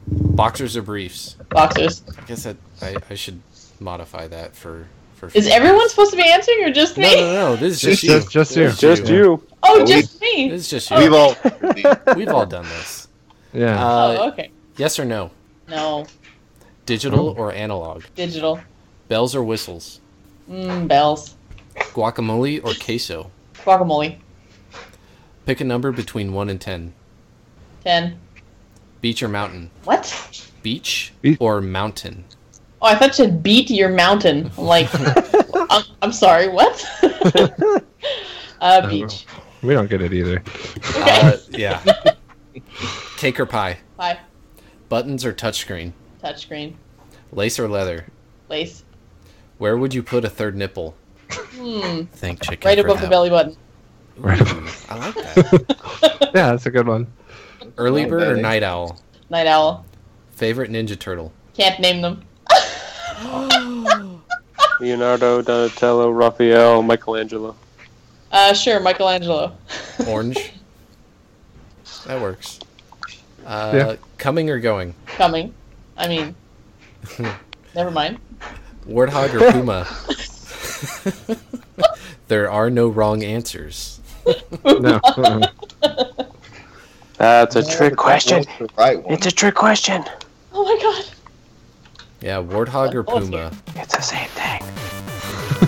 Boxers or briefs? boxers. I guess that I, I should modify that for for. Is everyone supposed to be answering or just No, me? no, no. This is Just, just you. just, just you. It's Just you. you. Oh, we- just me. This is just you. We've We've all, all. We've all done this. Yeah. Uh, Oh. oh, okay. Yes or no? No, Digital Oh. or analog? digital. Bells or whistles? Mm, bells, Guacamole or queso? guacamole, Pick a number between 1 and 10. ten. Beach or mountain? What? Beach Be- or mountain? Oh, I thought you said beat your mountain. I'm Like, I'm, I'm sorry. What? uh, beach. we don't get it either. Uh, yeah. Cake or pie? Bye. Buttons or touchscreen? Touchscreen. Lace or leather? Lace. Where would you put a third nipple? Hmm. Thank chicken. Right for above the that. belly button. Right above- I like that. yeah, that's a good one. Early Oh, bird or belly. night owl? Night owl. Favorite Ninja Turtle? Can't name them. Leonardo, Donatello, Raphael, Michelangelo. Uh, sure, Michelangelo. Orange. that works. Uh, Yeah. Coming or going? Coming. I mean, never mind. Warthog or Puma? there are no wrong answers. No. That's a trick question. What's the right one? It's a trick question. Oh my god. Yeah, Warthog or Oh, it's Puma? It's the same thing.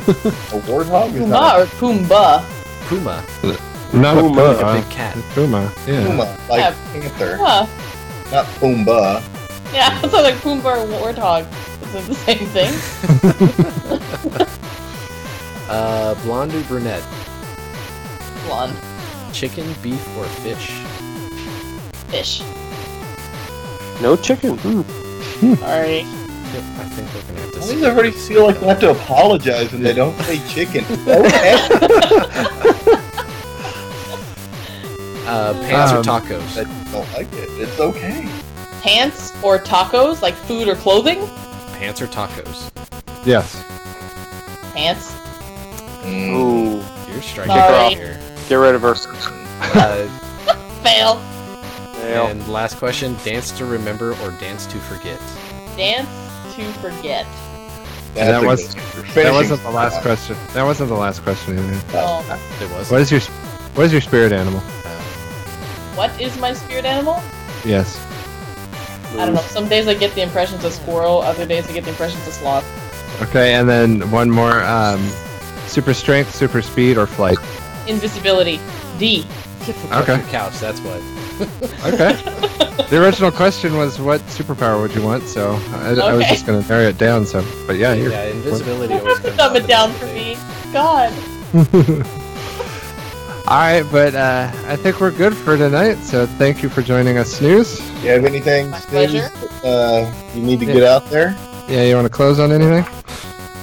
A warthog is Puma not or Pumbaa? Puma. Not Puma. a A puma. big cat. Puma. a Yeah. puma, like Yeah. panther, Huh. not Pumbaa. Yeah, it's like Pumbaa or Warthog. Is it the same thing? Uh, blonde or brunette? Blonde. Chicken, beef, or fish? Fish. No chicken. Hmm. Sorry. Yep, I think we're gonna have to. Why see does everybody feel like they have to apologize when they don't say chicken? Okay. Uh, pants or Um, I tacos? don't like it. It's okay. Pants or tacos? Like food or clothing? Pants or tacos? Yes. Pants. Mm. Ooh. You're striking Sorry. out here. Get rid of her. Uh, Fail. Fail. and last question: Dance to remember or dance to forget? Dance to forget. That's a was- good one. That Finishing wasn't the last spot. question. That wasn't the last question either. Oh. It was. What is your What is your spirit animal? What is my spirit animal? Yes. I don't know. Some days I get the impression it's a squirrel. Other days I get the impression it's a sloth. Okay, and then one more. Um, super strength, super speed, or flight. Invisibility. D. Fuck your Okay. Couch. That's what. Okay. the original question was what superpower would you want? So I, I was Okay. just gonna narrow it down. So, but yeah, you're. Yeah, invisibility always comes Dumb up it in down this for debate. me. God. All right, but uh, I think we're good for tonight. So thank you for joining us, Snooze. You have anything, My Steve, pleasure. Uh, you need to Yeah. get out there. Yeah, you want to close on anything?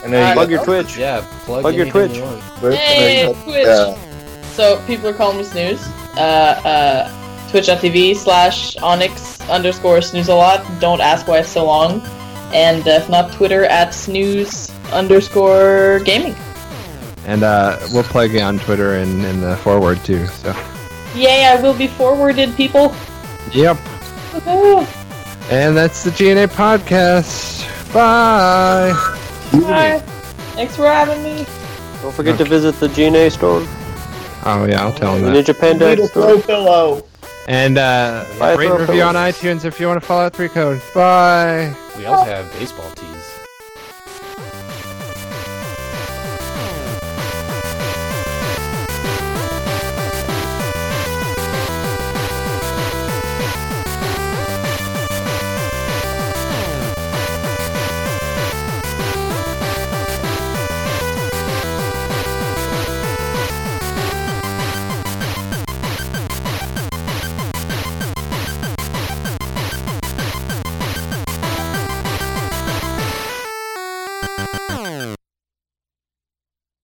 And then Uh, you Plug got your Twitch. Yeah, plug, Plug your anything Twitch. You want. Twitch, Hey, and then you uh, Twitch. got- So people are calling me Snooze. Uh, uh, Twitch.tv slash Onyx underscore Snooze a lot. Don't ask why it's so long. And uh, if not, Twitter at Snooze underscore Gaming. And uh, we'll plug you on Twitter and in the forward too. So Yay, I will be forwarded, people. Yep. Woohoo. And that's the GNA podcast. Bye. Bye. Thanks for having me. Don't forget to visit the GNA store, Oh yeah, I'll tell the him that. Ninja Panda Little store. throw pillow. And uh, Bye, rate and review on Throw Pillows. iTunes if you want to follow out three code. Bye. We also have baseball tees.